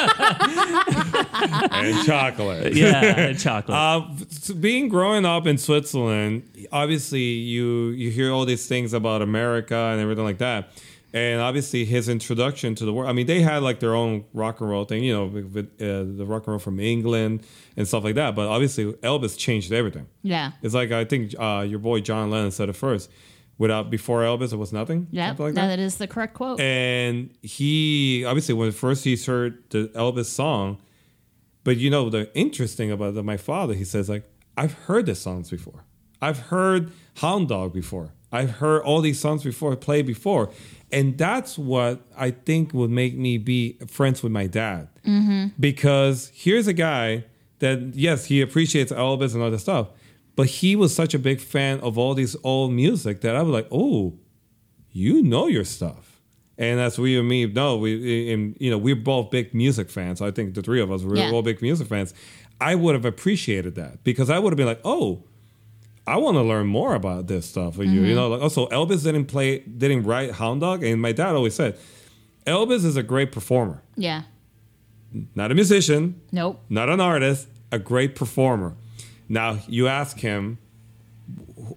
Speaker 5: and chocolate.
Speaker 7: yeah,
Speaker 5: [laughs]
Speaker 7: chocolate.
Speaker 5: Uh, so being growing up in Switzerland, obviously you you hear all these things about America and everything like that. And obviously his introduction to the world. I mean, they had like their own rock and roll thing, you know, with, uh, the rock and roll from England and stuff like that. But obviously Elvis changed everything.
Speaker 10: Yeah.
Speaker 5: It's like I think uh, your boy John Lennon said it first. Without before Elvis, it was nothing.
Speaker 10: Yep.
Speaker 5: Something like
Speaker 10: now that is the correct quote.
Speaker 5: and he obviously when first he heard the Elvis song, but you know the interesting about the, my father, he says like I've heard the songs before. I've heard Hound Dog before. I've heard all these songs before played before, and that's what I think would make me be friends with my dad because here's a guy that yes he appreciates Elvis and all that stuff, but he was such a big fan of all these old music that I was like oh you know your stuff. And that's we and me know we and you know we're both big music fans. I think the three of us we're
Speaker 10: Yeah.
Speaker 5: all big music fans. I would have appreciated that because I would have been like, oh, I want to learn more about this stuff. Or You you know, like also Elvis didn't play didn't write Hound Dog, and my dad always said Elvis is a great performer,
Speaker 10: yeah.
Speaker 5: not a musician,
Speaker 10: Nope.
Speaker 5: not an artist, a great performer. Now you ask him,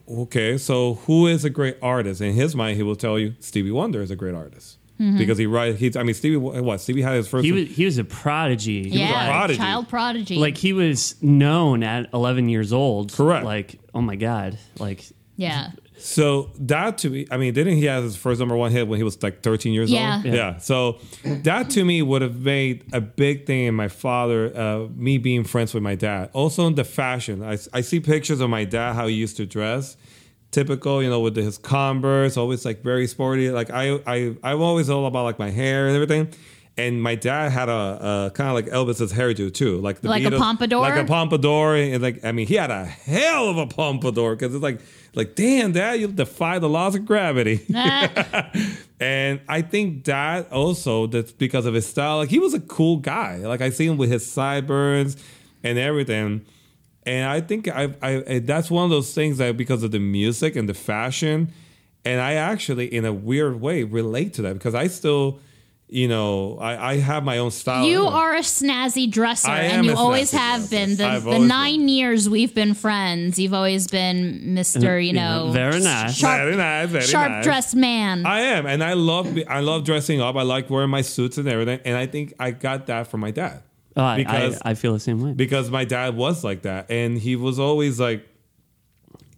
Speaker 5: okay, so who is a great artist? In his mind, he will tell you Stevie Wonder is a great artist because he writes. He's, I mean, Stevie what? Stevie had his first.
Speaker 7: he was he was a prodigy.
Speaker 10: yeah.
Speaker 5: prodigy.
Speaker 10: Child prodigy.
Speaker 7: Like he was known at 11 years old.
Speaker 5: Correct.
Speaker 7: Like, oh my god. Like
Speaker 10: yeah.
Speaker 5: so that to me, I mean, didn't he have his first number one hit when he was like 13 years
Speaker 10: Yeah.
Speaker 5: old?
Speaker 10: Yeah.
Speaker 5: Yeah. So that to me would have made a big thing in my father, uh, me being friends with my dad. Also in the fashion, I, I see pictures of my dad how he used to dress. Typical, you know, with his Converse, always like very sporty. Like I, I, I'm always all about like my hair and everything. And my dad had a, a kind of like Elvis's hairdo too, like the
Speaker 10: Like a
Speaker 5: Beatles-
Speaker 10: pompadour?
Speaker 5: like a pompadour, and like I mean, he had a hell of a pompadour because it's like, like damn, dad, you defy the laws of
Speaker 10: [laughs]
Speaker 5: gravity. [laughs] And I think that also that's because of his style. Like he was a cool guy. Like I see him with his sideburns and everything. And I think I, I, I that's one of those things that because of the music and the fashion, and I actually in a weird way relate to that because I still, you know, I, I have my own style.
Speaker 10: You are a snazzy dresser,
Speaker 5: oh, I
Speaker 10: and
Speaker 5: am
Speaker 10: you
Speaker 5: a
Speaker 10: always
Speaker 5: snazzy
Speaker 10: have
Speaker 5: dresser.
Speaker 10: been. The,
Speaker 5: I've
Speaker 10: the
Speaker 5: always
Speaker 10: nine years we've been friends, you've always been Mister. You
Speaker 7: yeah,
Speaker 10: know,
Speaker 7: very nice.
Speaker 10: sharp,
Speaker 5: Very nice, very
Speaker 10: sharp
Speaker 5: nice.
Speaker 10: dressed man.
Speaker 5: I am, and I love I love dressing up. I like wearing my suits and everything. And I think I got that from my dad.
Speaker 7: oh, I,
Speaker 5: Because-
Speaker 7: I, I feel the same way.
Speaker 5: because my dad was like that and he was always like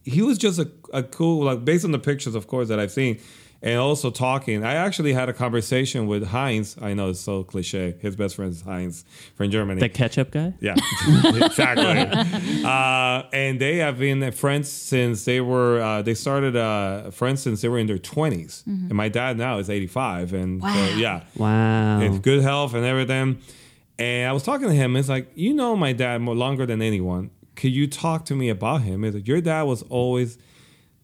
Speaker 5: he was just a, a cool like based on the pictures of course that i've seen and also talking i actually had a conversation with heinz i know it's so cliche his best friend is heinz from germany
Speaker 7: the ketchup guy?
Speaker 5: yeah, [laughs] exactly. uh, and they have been friends since they were. Uh, they started uh, friends since they were in their 20s And my dad now is eighty-five, and
Speaker 10: Wow.
Speaker 5: so, yeah,
Speaker 7: Wow.
Speaker 5: it's good health and everything. And I was talking to him. It's like you know my dad more longer than anyone. Could you talk to me about him? Is like your dad was always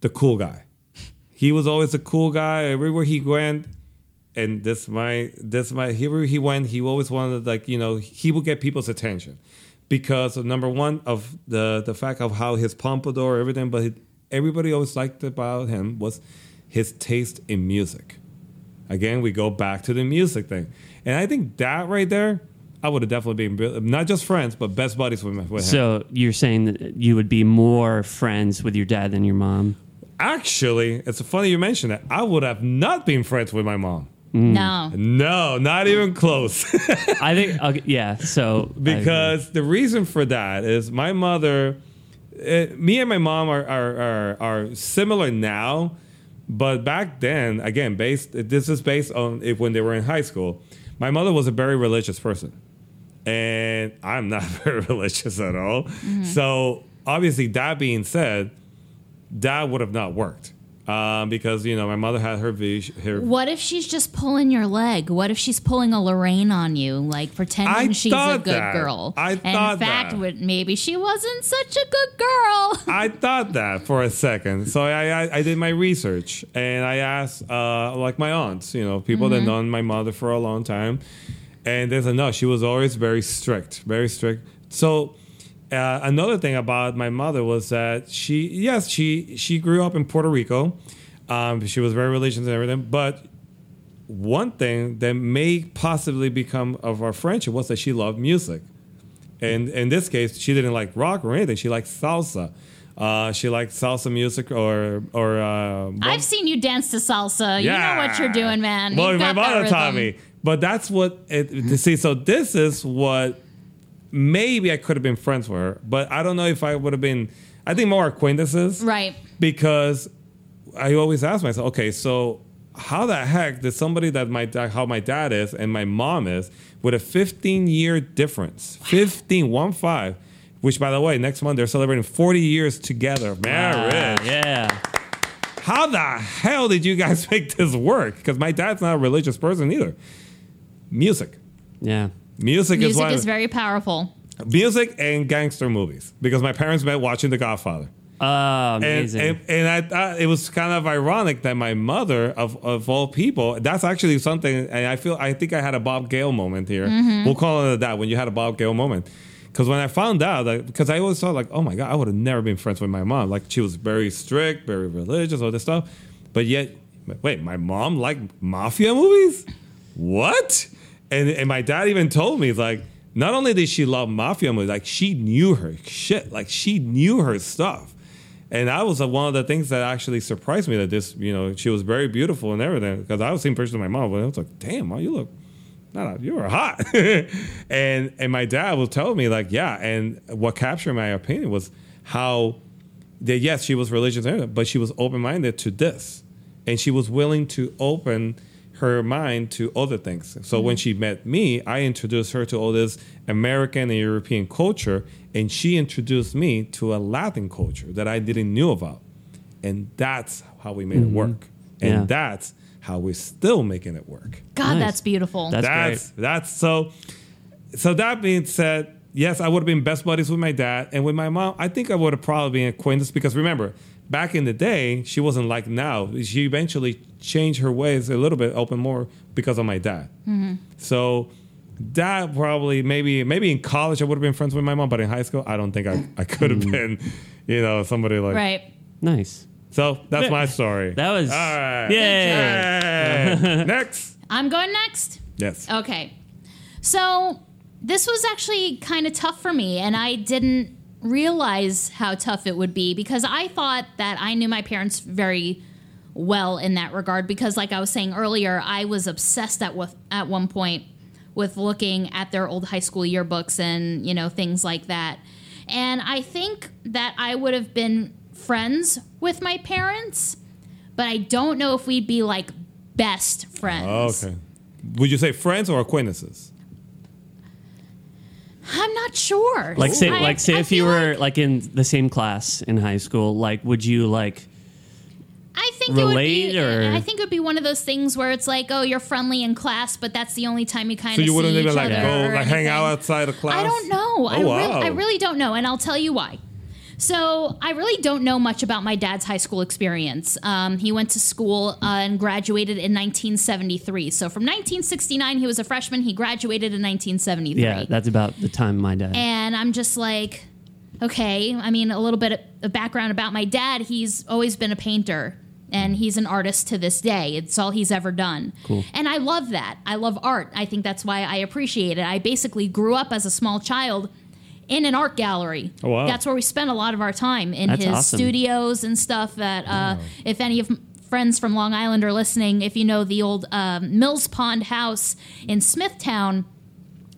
Speaker 5: the cool guy. He was always the cool guy everywhere he went. And this my this my everywhere he went, he always wanted like you know he would get people's attention because of, number one of the the fact of how his pompadour everything, but he- everybody always liked about him was his taste in music again we go back to the music thing and i think that right there i would have definitely been real- not just friends but best buddies with, my, with him
Speaker 7: So you're saying that you would be more friends with your dad than your mom?
Speaker 5: actually it's funny you mentioned that i would have not been friends with my mom
Speaker 10: no,
Speaker 5: no not even close [laughs]
Speaker 7: I think, okay, yeah. So I agree.
Speaker 5: because the reason for that is my mother uh, me and my mom are, are are are similar now but back then again based this is based on if when they were in high school my mother was a very religious person and i'm not [laughs] very religious at all
Speaker 7: Mm-hmm.
Speaker 5: so obviously that being said that would have not worked um, because you know my mother had her vision her
Speaker 10: what if she's just pulling your leg? What if she's pulling a Lorraine on you, like pretending
Speaker 5: I
Speaker 10: she's a
Speaker 5: thought
Speaker 10: good
Speaker 5: that.
Speaker 10: girl?
Speaker 5: I
Speaker 10: and
Speaker 5: thought
Speaker 10: in fact,
Speaker 5: that.
Speaker 10: would- maybe she wasn't such a good girl. [laughs]
Speaker 5: I thought that for a second. So I, I, I did my research and I asked, uh, like my aunts, you know, people that known my mother for a long time. And they said, no, she was always very strict, very strict. So uh, another thing about my mother was that she, yes, she, she grew up in Puerto Rico. Um, she was very religious and everything. But one thing that may possibly become of our friendship was that she loved music. And in this case, she didn't like rock or anything. She liked salsa. Uh, she liked salsa music or or. Uh,
Speaker 10: I've seen you dance to salsa. You know what you're
Speaker 5: yeah.
Speaker 10: doing, man.
Speaker 5: Boy,
Speaker 10: You've
Speaker 5: my
Speaker 10: got that
Speaker 5: mother
Speaker 10: rhythm.
Speaker 5: taught me. But that's what it, see. So this is what maybe I could have been friends with her, but I don't know if I would have been. I think more acquaintances,
Speaker 10: Right.
Speaker 5: Because I always ask myself, okay, so how the heck did somebody that my da- how my dad is and my mom is with a 15 year difference, 15 one five, which by the way, next month they're celebrating 40 years together of marriage
Speaker 7: Ah, yeah.
Speaker 5: how the hell did you guys [laughs] make this work? Because my dad's not a religious person either. Music.
Speaker 7: Yeah.
Speaker 5: Music, is,
Speaker 10: Music
Speaker 5: one,
Speaker 10: is very powerful.
Speaker 5: music and gangster movies because my parents met watching The Godfather,
Speaker 7: Oh,
Speaker 5: and
Speaker 7: amazing.
Speaker 5: and, and I thought it was kind of ironic that my mother of of all people that's actually something and I feel I think I had a Bob Gale moment here. We'll call it that when you had a Bob Gale moment because when I found out that because I always thought like oh my god I would have never been friends with my mom like she was very strict very religious all this stuff but yet wait my mom liked mafia movies what? And and my dad even told me like not only did she love mafia movies, like she knew her shit, like she knew her stuff. And that was uh, one of the things that actually surprised me that this, you know, she was very beautiful and everything. Because I was seeing pictures of my mom, and I was like, damn, mom, you look, nah, you were hot. [laughs] and and my dad was telling me like, yeah. And what captured my opinion was how that yes, she was religious, and everything, but she was open minded to this, and she was willing to open her mind to other things. So when she met me, I introduced her to all this American and European culture, and she introduced me to a Latin culture that I didn't knew about, and that's how we made it work, and
Speaker 7: Yeah.
Speaker 5: that's how we're still making it work.
Speaker 10: God,
Speaker 7: Nice.
Speaker 10: that's beautiful.
Speaker 5: That's
Speaker 7: That's-
Speaker 5: that's so. So that being said, yes, I would have been best buddies with my dad and with my mom. I think I would have probably been acquaintance because remember, back in the day, she wasn't like now. She eventually changed her ways a little bit, open more because of my dad. So that probably maybe maybe in college I would have been friends with my mom, but in high school I don't think I, I could have been, you know, somebody like
Speaker 10: right.
Speaker 7: nice.
Speaker 5: So that's my story.
Speaker 7: That was.
Speaker 5: all right.
Speaker 7: Yay. [laughs]
Speaker 5: Hey, next.
Speaker 10: I'm going next.
Speaker 5: Yes.
Speaker 10: Okay. So this was actually kind of tough for me, and I didn't realize how tough it would be because I thought that I knew my parents very well in that regard because like I was saying earlier, I was obsessed at with, at one point with looking at their old high school yearbooks and, you know, things like that. And I think that I would have been friends with my parents, but I don't know if we'd be like best friends.
Speaker 5: Oh, Okay. Would you say friends or acquaintances?
Speaker 10: I'm not sure.
Speaker 7: Like say
Speaker 10: I-
Speaker 7: like say
Speaker 10: I
Speaker 7: if you
Speaker 10: feel
Speaker 7: were
Speaker 10: like-
Speaker 7: like in the same class in high school, like would you like
Speaker 10: I think it would
Speaker 7: relate,
Speaker 10: be,
Speaker 7: or-
Speaker 10: I think it would be one of those things where it's like, oh, you're friendly in class, but that's the only time you kind of.
Speaker 5: So you wouldn't
Speaker 10: see
Speaker 5: even
Speaker 10: each
Speaker 5: like
Speaker 10: other
Speaker 5: go
Speaker 10: or
Speaker 5: like hang out
Speaker 10: anything.
Speaker 5: outside of class?
Speaker 10: I don't know. I,
Speaker 5: Oh,
Speaker 10: real-
Speaker 5: wow.
Speaker 10: I really don't know, and I'll tell you why. So I really don't know much about my dad's high school experience. Um, he went to school uh, and graduated in 1973. So from 1969, he was a freshman. He graduated in 1973.
Speaker 7: yeah, that's about the time my dad.
Speaker 10: and I'm just like, okay. I mean, a little bit of background about my dad. He's always been a painter, and he's an artist to this day. It's all he's ever done. Cool. And I love that. I love art. I think that's why I appreciate it. I basically grew up as a small child in an art gallery.
Speaker 5: Oh, wow.
Speaker 10: That's where we spent a lot of our time in
Speaker 7: That's
Speaker 10: his
Speaker 7: awesome.
Speaker 10: studios and stuff. That uh, if any of m- friends from Long Island are listening, if you know the old um Mills Pond house in Smithtown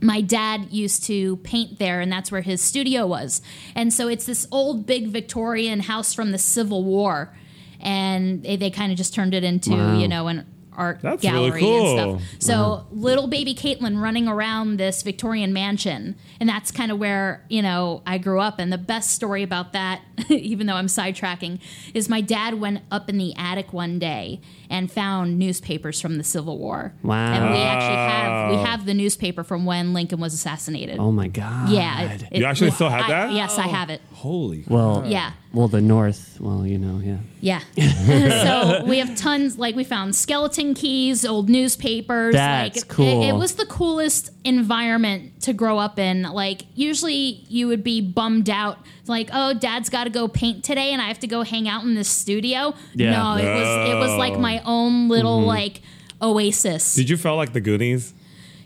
Speaker 10: my dad used to paint there and that's where his studio was and so it's this old big victorian house from the civil war and they, they kind of just turned it into you know an art
Speaker 5: That's really
Speaker 10: gallery
Speaker 5: cool.
Speaker 10: and stuff so little baby caitlin running around this victorian mansion and that's kind of where you know i grew up and the best story about that [laughs] even though i'm sidetracking is my dad went up in the attic one day and found newspapers from the civil war
Speaker 7: Wow.
Speaker 10: and we actually have we have the newspaper from when Lincoln was assassinated.
Speaker 7: oh my god.
Speaker 10: yeah, it-
Speaker 5: You actually
Speaker 10: it-
Speaker 5: still have
Speaker 10: I-
Speaker 5: that? Oh.
Speaker 10: yes, I have it.
Speaker 5: Holy.
Speaker 7: Well.
Speaker 10: Yeah.
Speaker 7: Well, the North. Well, you know, yeah. [laughs]
Speaker 10: Yeah. so we have tons. Like we found skeleton keys, old newspapers.
Speaker 7: That's
Speaker 10: like, it-
Speaker 7: cool.
Speaker 10: It, was the coolest environment to grow up in. Like usually you would be bummed out, like oh, dad's got to go paint today, and I have to go hang out in this studio.
Speaker 7: Yeah. Mm-hmm.
Speaker 10: No, it was it was like my own little like oasis.
Speaker 5: Did you feel like the Goonies?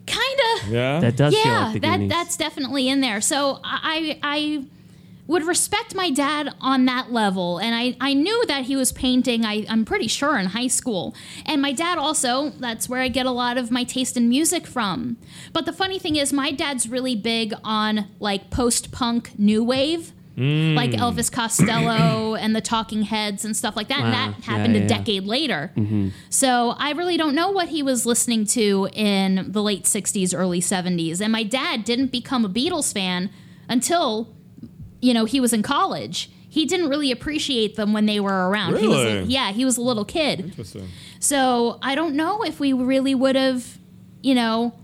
Speaker 10: Kinda.
Speaker 5: Yeah.
Speaker 7: That does feel
Speaker 10: yeah,
Speaker 7: like the
Speaker 10: that
Speaker 7: Goonies.
Speaker 10: that's [laughs] definitely in there. So I I would respect my dad on that level, and I I knew that he was painting. I I'm pretty sure in high school, and my dad also. That's where I get a lot of my taste in music from. But the funny thing is, my dad's really big on like post punk new wave.
Speaker 7: Mm.
Speaker 10: Like Elvis
Speaker 7: [clears throat]
Speaker 10: Costello and the Talking Heads and stuff like that.
Speaker 7: Wow.
Speaker 10: And that
Speaker 7: Yeah,
Speaker 10: happened
Speaker 7: yeah,
Speaker 10: a
Speaker 7: yeah.
Speaker 10: decade later. So I really don't know what he was listening to in the late 60s, early 70s. And my dad didn't become a Beatles fan until, you know, he was in college. He didn't really appreciate them when they were around. He was a,
Speaker 5: Really?
Speaker 10: yeah, he was a little kid.
Speaker 5: Interesting.
Speaker 10: So I don't know if we really would have, you know,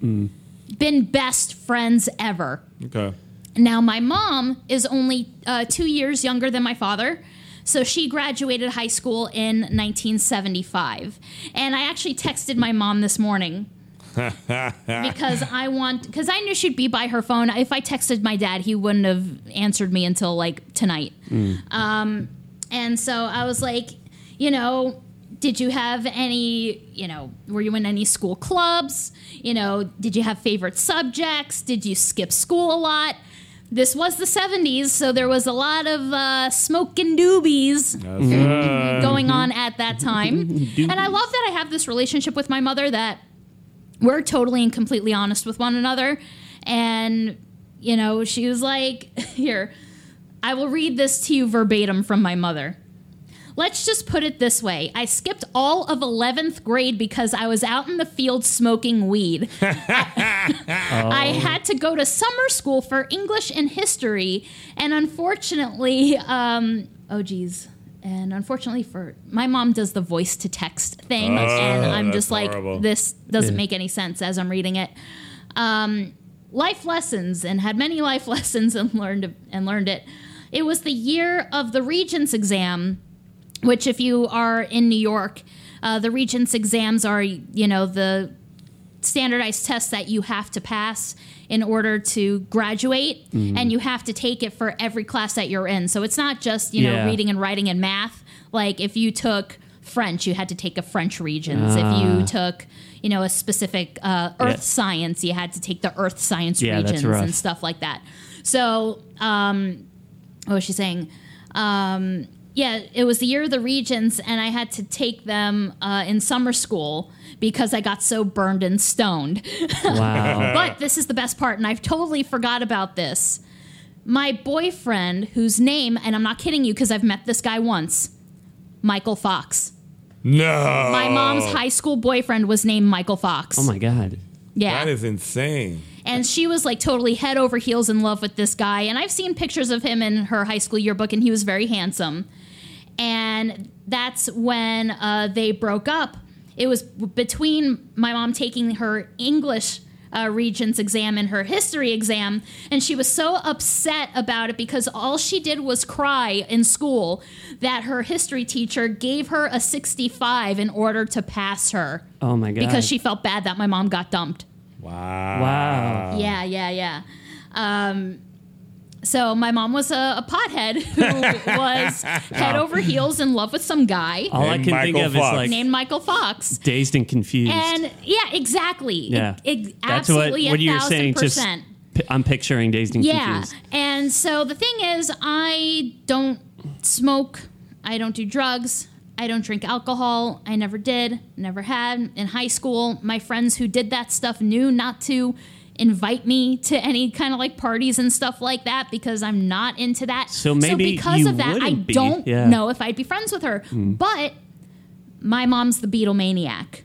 Speaker 10: been best friends ever.
Speaker 5: Okay.
Speaker 10: Now, my mom is only uh, two years younger than my father. So she graduated high school in 1975. And I actually texted my mom this morning because I want, because I knew she'd be by her phone. If I texted my dad, he wouldn't have answered me until like tonight. Um, And so I was like, you know, did you have any, you know, were you in any school clubs? You know, did you have favorite subjects? Did you skip school a lot? This was the 70s, so there was a lot of uh, smoking doobies [laughs] going on at that time. and I love that I have this relationship with my mother that we're totally and completely honest with one another. And, you know, she was like, [laughs] here, I will read this to you verbatim from my mother. Let's just put it this way. I skipped all of 11th grade because I was out in the field
Speaker 5: [laughs]
Speaker 10: smoking weed. [laughs] I had to go to summer school for English and history, and unfortunately, um, oh geez, and unfortunately for my mom does the voice to text thing, and
Speaker 5: Oh,
Speaker 10: I'm
Speaker 5: that's
Speaker 10: just like,
Speaker 5: horrible.
Speaker 10: this doesn't make any sense as I'm reading it. Um, life lessons, and had many [laughs] life lessons, and learned and learned it. It was the year of the Regents exam which if you are in New York, uh, the Regents exams are, you know, the standardized tests that you have to pass in order to graduate and you have to take it for every class that you're in. So it's not just, you
Speaker 7: Yeah.
Speaker 10: know, reading and writing and math. Like if you took French, you had to take a French Regents. if you took, you know, a specific uh, earth
Speaker 7: Yeah.
Speaker 10: science, you had to take the earth science
Speaker 7: Yeah, that's
Speaker 10: regions
Speaker 7: rough.
Speaker 10: and stuff like that. So, um, what was she saying? Um, yeah, it was the year of the regents, and I had to take them uh, in summer school because I got so burned and stoned.
Speaker 7: Wow.
Speaker 10: but this is the best part, and I've totally forgot about this. My boyfriend, whose name, and I'm not kidding you because I've met this guy once, Michael Fox.
Speaker 5: No.
Speaker 10: My mom's high school boyfriend was named Michael Fox.
Speaker 7: oh my God.
Speaker 10: yeah.
Speaker 5: That is insane.
Speaker 10: and she was like totally head over heels in love with this guy and i've seen pictures of him in her high school yearbook and he was very handsome and that's when uh, they broke up it was between my mom taking her english uh, regents exam and her history exam and she was so upset about it because all she did was cry in school that her history teacher gave her a 65 in order to pass her
Speaker 7: Oh my God.
Speaker 10: because she felt bad that my mom got dumped
Speaker 5: Wow.
Speaker 7: Wow.
Speaker 10: yeah, yeah, yeah. Um, so my mom was a, a pothead
Speaker 7: [laughs]
Speaker 10: who was head over heels in love with some guy
Speaker 7: All I
Speaker 5: Named
Speaker 7: can think
Speaker 5: Michael
Speaker 7: of
Speaker 5: Fox.
Speaker 7: is like
Speaker 10: named Michael Fox.
Speaker 7: dazed and confused.
Speaker 10: And yeah, exactly.
Speaker 7: yeah.
Speaker 10: It, it,
Speaker 7: That's
Speaker 10: absolutely
Speaker 7: what what
Speaker 10: a
Speaker 7: you're
Speaker 10: thousand
Speaker 7: saying. Just
Speaker 10: percent.
Speaker 7: p- I'm picturing dazed and
Speaker 10: yeah.
Speaker 7: confused.
Speaker 10: And so the thing is, I don't smoke. I don't do drugs. I don't drink alcohol. I never did, never had. In high school, my friends who did that stuff knew not to invite me to any kind of like parties and stuff like that because I'm not into that.
Speaker 7: So maybe
Speaker 10: because
Speaker 7: you
Speaker 10: of that, I
Speaker 7: wouldn't be.
Speaker 10: don't
Speaker 7: Yeah. Hmm.
Speaker 10: know if I'd be friends with her. But my mom's the Beatlemaniac.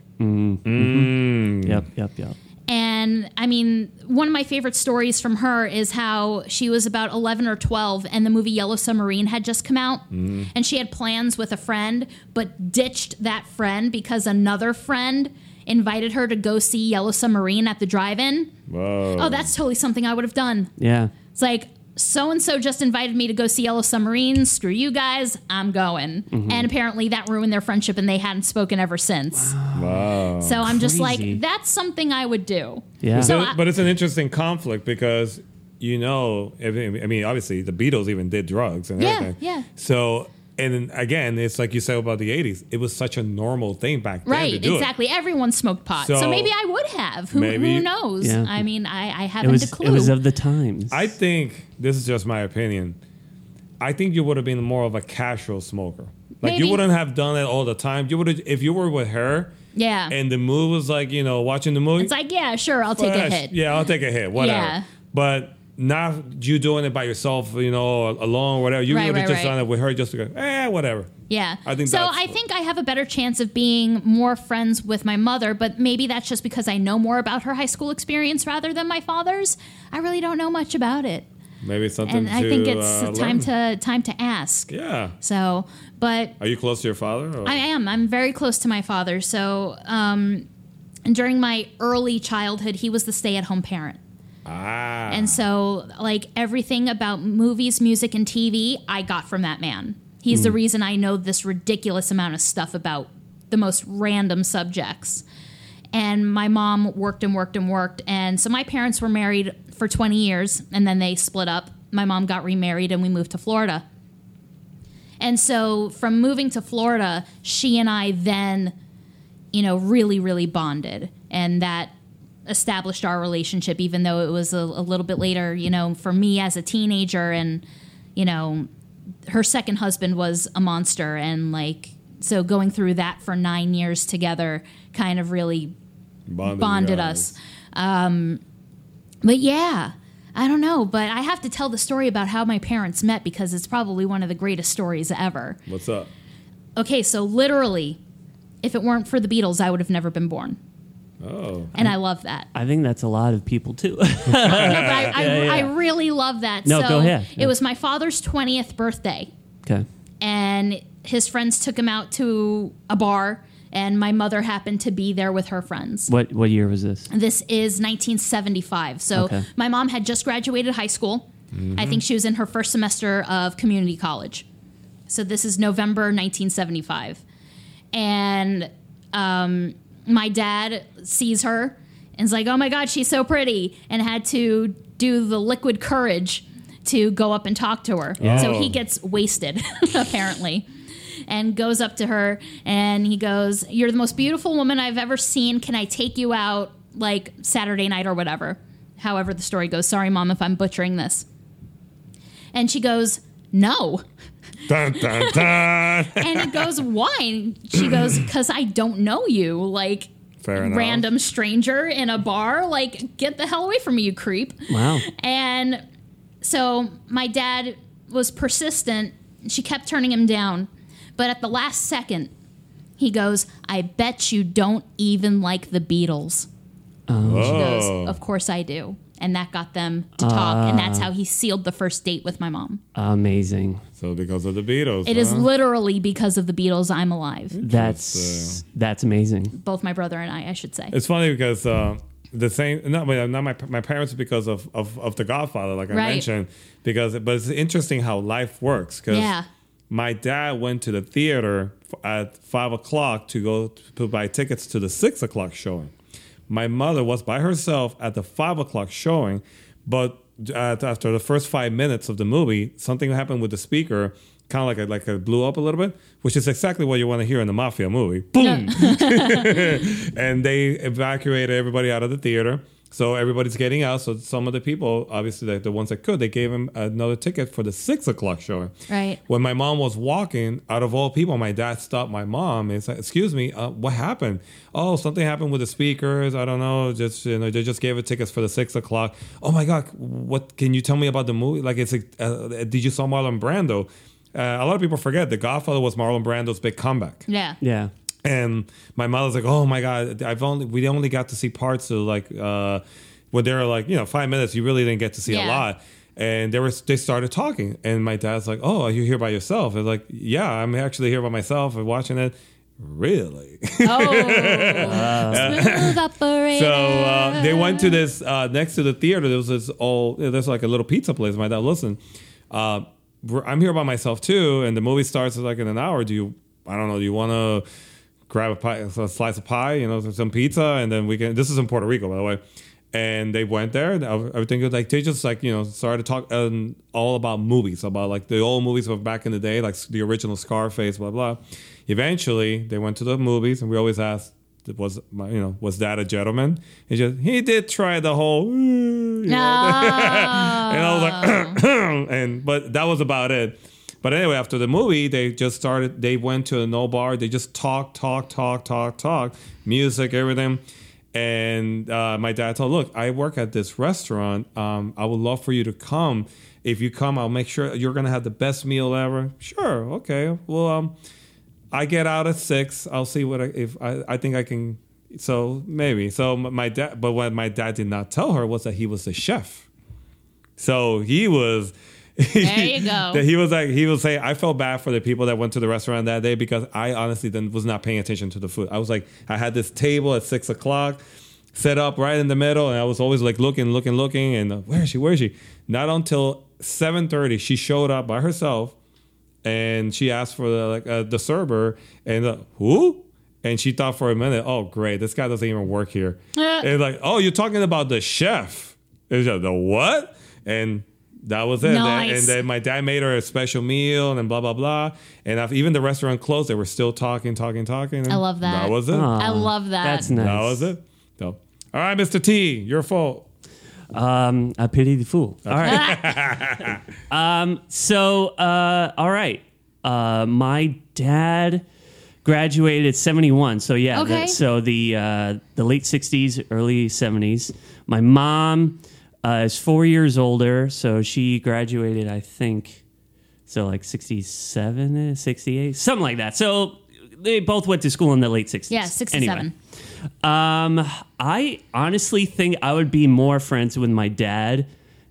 Speaker 7: Yep. Yep. Yep.
Speaker 10: And I mean, one of my favorite stories from her is how she was about 11 or 12 and the movie Yellow Submarine had just come out. And she had plans with a friend, but ditched that friend because another friend invited her to go see Yellow Submarine at the drive in.
Speaker 5: Whoa.
Speaker 10: Oh, that's totally something I would have done.
Speaker 7: Yeah.
Speaker 10: It's like, so and so just invited me to go see Yellow Submarine. Screw you guys. I'm going. And apparently that ruined their friendship and they hadn't spoken ever since.
Speaker 5: Wow.
Speaker 10: So I'm just
Speaker 7: Crazy.
Speaker 10: like, that's something I would do.
Speaker 7: Yeah.
Speaker 10: So
Speaker 5: But-
Speaker 10: I-
Speaker 5: but it's an interesting conflict because you know, I mean, I mean, obviously the Beatles even did drugs and
Speaker 10: Yeah,
Speaker 5: everything.
Speaker 10: yeah.
Speaker 5: So and again, it's like you said about the '80s. It was such a normal thing back then.
Speaker 10: Right,
Speaker 5: to do it.
Speaker 10: exactly. Everyone smoked pot. So,
Speaker 5: So-
Speaker 10: maybe I would have. Who,
Speaker 5: Maybe-
Speaker 10: who knows?
Speaker 7: Yeah.
Speaker 10: I mean, I, I
Speaker 7: It
Speaker 10: haven't
Speaker 7: was
Speaker 10: a clue.
Speaker 7: it was of the times.
Speaker 5: I think this is just my opinion. I think you would have been more of a casual smoker. Like
Speaker 10: Maybe.
Speaker 5: you wouldn't have done it all the time. You would have if you were with her.
Speaker 10: Yeah.
Speaker 5: And the move was like you know watching the movie.
Speaker 10: it's like, yeah, sure, I'll take a
Speaker 5: Yes.
Speaker 10: hit.
Speaker 5: Yeah, I'll take a hit. Whatever.
Speaker 10: Yeah.
Speaker 5: But not you doing it by yourself, you know, alone or whatever. You
Speaker 10: Right,
Speaker 5: would have
Speaker 10: right,
Speaker 5: just
Speaker 10: right.
Speaker 5: done it with her just to go, eh, whatever.
Speaker 10: Yeah.
Speaker 5: I think
Speaker 10: so.
Speaker 5: that's-
Speaker 10: I think I have a better chance of being more friends with my mother, but maybe that's just because I know more about her high school experience rather than my father's. I really don't know much about it,
Speaker 5: Maybe it's something
Speaker 10: and
Speaker 5: to
Speaker 10: I think it's
Speaker 5: uh,
Speaker 10: time
Speaker 5: learn.
Speaker 10: to time to ask.
Speaker 5: Yeah.
Speaker 10: So, but
Speaker 5: Are you close to your father? Or?
Speaker 10: I am. I'm very close to my father. So, um, during my early childhood, he was the stay-at-home parent.
Speaker 5: ah.
Speaker 10: And so, like everything about movies, music, and TV, I got from that man. He's the reason I know this ridiculous amount of stuff about the most random subjects. And my mom worked and worked and worked. And so, my parents were married for 20 years and then they split up. My mom got remarried and we moved to Florida. And so, from moving to Florida, she and I then, you know, really, really bonded. And that established our relationship, even though it was a, a little bit later, you know, for me as a teenager. And, you know, her second husband was a monster. And, like, so going through that for nine years together kind of really
Speaker 5: bonded,
Speaker 10: bonded
Speaker 5: you
Speaker 10: us. Um, but yeah, I don't know. But I have to tell the story about how my parents met because it's probably one of the greatest stories ever.
Speaker 5: What's up?
Speaker 10: Okay, so literally, if it weren't for the Beatles, I would have never been born.
Speaker 5: Oh.
Speaker 10: And I love that.
Speaker 7: I think that's a lot of people too. [laughs]
Speaker 10: No, but I, I, I really love that.
Speaker 7: No,
Speaker 10: so
Speaker 7: go ahead.
Speaker 10: It was my father's 20th birthday.
Speaker 7: okay.
Speaker 10: and his friends took him out to a bar and my mother happened to be there with her friends
Speaker 7: What what year was this?
Speaker 10: this is 1975 so
Speaker 7: Okay.
Speaker 10: my mom had just graduated high school i think she was in her first semester of community college so this is november 1975 and um, my dad sees her and is like oh my god she's so pretty and had to do the liquid courage to go up and talk to her so
Speaker 5: Oh.
Speaker 10: he gets wasted [laughs] apparently and goes up to her and he goes, You're the most beautiful woman I've ever seen. Can I take you out like Saturday night or whatever? However, the story goes. Sorry, mom, if I'm butchering this. And she goes, No.
Speaker 5: Dun, dun, dun. [laughs]
Speaker 10: And he goes, Why? And she goes, Because I don't know you. Like,
Speaker 5: Fair enough.
Speaker 10: random stranger in a bar. Like, get the hell away from me, you creep.
Speaker 7: Wow.
Speaker 10: And so my dad was persistent. She kept turning him down. But at the last second, he goes, I bet you don't even like the Beatles. She
Speaker 5: Oh.
Speaker 10: goes, Of course I do. And that got them to talk. And that's how he sealed the first date with my mom.
Speaker 7: Amazing.
Speaker 5: So because of the Beatles.
Speaker 10: It is
Speaker 5: huh?
Speaker 10: literally because of the Beatles I'm alive.
Speaker 7: That's uh, that's amazing.
Speaker 10: Both my brother and I, I should say.
Speaker 5: It's funny because uh, the same, not my, not my my parents because of, of of the Godfather, like I
Speaker 10: Right.
Speaker 5: mentioned. Because, but it's interesting how life works. Because
Speaker 10: Yeah.
Speaker 5: my dad went to the theater f- at five o'clock to go to buy tickets to the six o'clock showing. My mother was by herself at the five o'clock showing, but uh, after the first five minutes of the movie, something happened with the speaker. Kind of like it, like it blew up a little bit, which is exactly what you want to hear in the mafia movie. Boom! and they evacuated everybody out of the theater. So everybody's getting out. So some of the people, obviously the, the ones that could, they gave him another ticket for the six o'clock showing.
Speaker 10: Right.
Speaker 5: When my mom was walking, out of all people, my dad stopped my mom and said, "Excuse me, uh, what happened? Oh, something happened with the speakers. I don't know. Just you know, they just gave her tickets for the six o'clock. Oh my God, what can you tell me about the movie? Like, it's like, uh, did you saw Marlon Brando? Uh, a lot of people forget The Godfather was Marlon Brando's big comeback
Speaker 10: Yeah.
Speaker 7: Yeah.
Speaker 5: and my mother's like, "Oh my god, I've only we only got to see parts of like uh, when they were like you know five minutes. You really didn't get to see a
Speaker 10: Yeah.
Speaker 5: lot." And they were they started talking, and my dad's like, "Oh, are you here by yourself?" And like, "Yeah, I'm actually here by myself and watching it." Really?
Speaker 10: Oh. Smooth operator.
Speaker 5: So uh, they went to this uh, next to the theater. There was this old. There's like a little pizza place. My dad, listen, uh, we're- I'm here by myself too, and the movie starts like in an hour. Do you? I don't know. Do you want to grab a, pie, a slice of pie? You know, some- some pizza, and then we can. This is in Puerto Rico, by the way. and they went there. And ev- everything was like they just like you know started to talk um, all about movies, about like the old movies of back in the day, like the original Scarface, blah blah. Eventually, they went to the movies, and we always asked, was my you know was that a gentleman? He just he did try the whole. "Ooh," you know, [laughs] and I was like, [clears throat] and but that was about it. But anyway, after the movie, they just started. They went to a no bar. They just talk, talk, talk, talk, talk, music, everything. And uh, my dad told, "Look, I work at this restaurant. Um, I would love for you to come. If you come, I'll make sure you're gonna have the best meal ever." Sure, okay. Well, um, I get out at six. I'll see what I, if I, I think I can. So maybe. So m- my dad, but what my dad did not tell her was that he was the chef. So he was. [laughs]
Speaker 10: There you go.
Speaker 5: that he was like he was saying, I felt bad for the people that went to the restaurant that day because I honestly then was not paying attention to the food. I was like, I had this table at six o'clock set up right in the middle, and I was always like looking, looking, looking, and uh, where is she? Where is she? Not until seven thirty, she showed up by herself, and she asked for the like uh, the server, and uh, who? And she thought for a minute, oh great, this guy doesn't even work here.
Speaker 10: Yeah.
Speaker 5: And like, oh, you're talking about the chef? It's like, the what? And that was it.
Speaker 10: Nice.
Speaker 5: And then my dad made her a special meal and blah blah blah. And after, even the restaurant closed, they were still talking, talking, talking. and
Speaker 10: I love that.
Speaker 5: That was it.
Speaker 7: Aw,
Speaker 10: I love that.
Speaker 7: um, That's nice.
Speaker 5: That was it. So, all right, Mr. T, your fault.
Speaker 7: Um, I pity the fool. All right. [laughs] um, so, uh, all right. Uh, my dad graduated 71. So, yeah.
Speaker 10: Okay.
Speaker 7: the- so, the, uh, the late 60s, early 70s. My mom uh, is four years older. So, she graduated, I think, so like 67, 68, something like that. So, they both went to school in the late 60s.
Speaker 10: Yeah, 67.
Speaker 7: Anyway. Um, I honestly think I would be more friends with my dad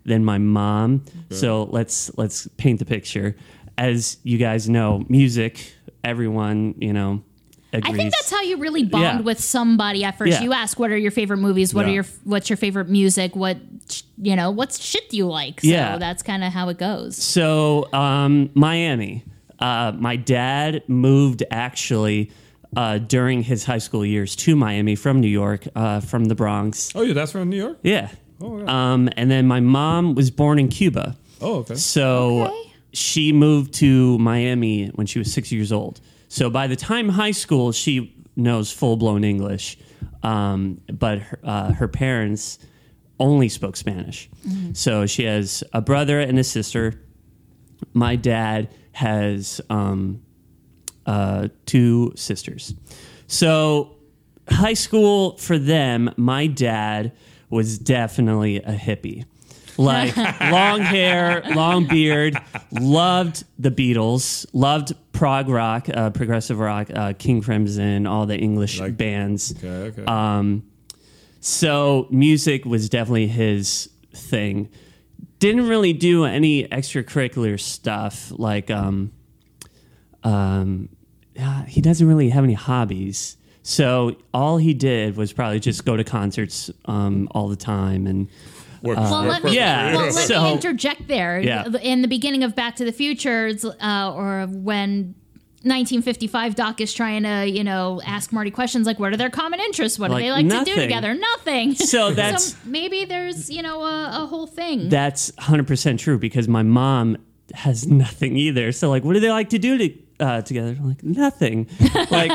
Speaker 7: than my mom. So let's let's paint the picture. As you guys know, music, everyone, you know, agrees.
Speaker 10: I think that's how you really bond
Speaker 7: Yeah.
Speaker 10: with somebody at first.
Speaker 7: Yeah.
Speaker 10: You ask, "What are your favorite movies? What
Speaker 7: Yeah.
Speaker 10: are your what's your favorite music? What sh- you know, what shit do you like?" So
Speaker 7: Yeah.
Speaker 10: that's kind of how it goes.
Speaker 7: So, um, Miami. Uh, my dad moved actually uh, during his high school years to Miami from New York, uh, from the Bronx.
Speaker 5: Oh, yeah, that's from New York.
Speaker 7: Yeah.
Speaker 10: Oh,
Speaker 7: Um, and then my mom was born in Cuba.
Speaker 5: Oh,
Speaker 7: Uh,
Speaker 5: okay.
Speaker 7: So
Speaker 10: Okay.
Speaker 7: she moved to Miami when she was six years old. So by the time high school, she knows full blown English, um, but her, uh, her parents only spoke Spanish. So she has a brother and a sister. My dad has um, uh, two sisters. So high school for them, my dad was definitely a hippie.
Speaker 5: [laughs]
Speaker 7: Like long hair, long beard, loved the Beatles, loved prog rock, uh, progressive rock, uh, King Crimson, all the English bands. Um,
Speaker 5: Okay, okay.
Speaker 7: So music was definitely his thing. Didn't really do any extracurricular stuff like um um yeah, he doesn't really have any hobbies. So all he did was probably just go to concerts um all the time and
Speaker 10: well, let me
Speaker 7: yeah, [laughs]
Speaker 10: well, let
Speaker 7: so-
Speaker 10: me interject there.
Speaker 7: Yeah.
Speaker 10: In the beginning of Back to the Future, it's, uh, or when 1955 Doc is trying to you know ask Marty questions like, "What are their common interests? What
Speaker 7: Like,
Speaker 10: do they like to
Speaker 7: nothing.
Speaker 10: do together?" Nothing. [laughs]
Speaker 7: So that's-
Speaker 10: maybe there's you know a, a whole thing.
Speaker 7: that's 100% true because my mom has [laughs] nothing either. So, like, what do they like to do to, uh, together? I'm like, nothing. Like,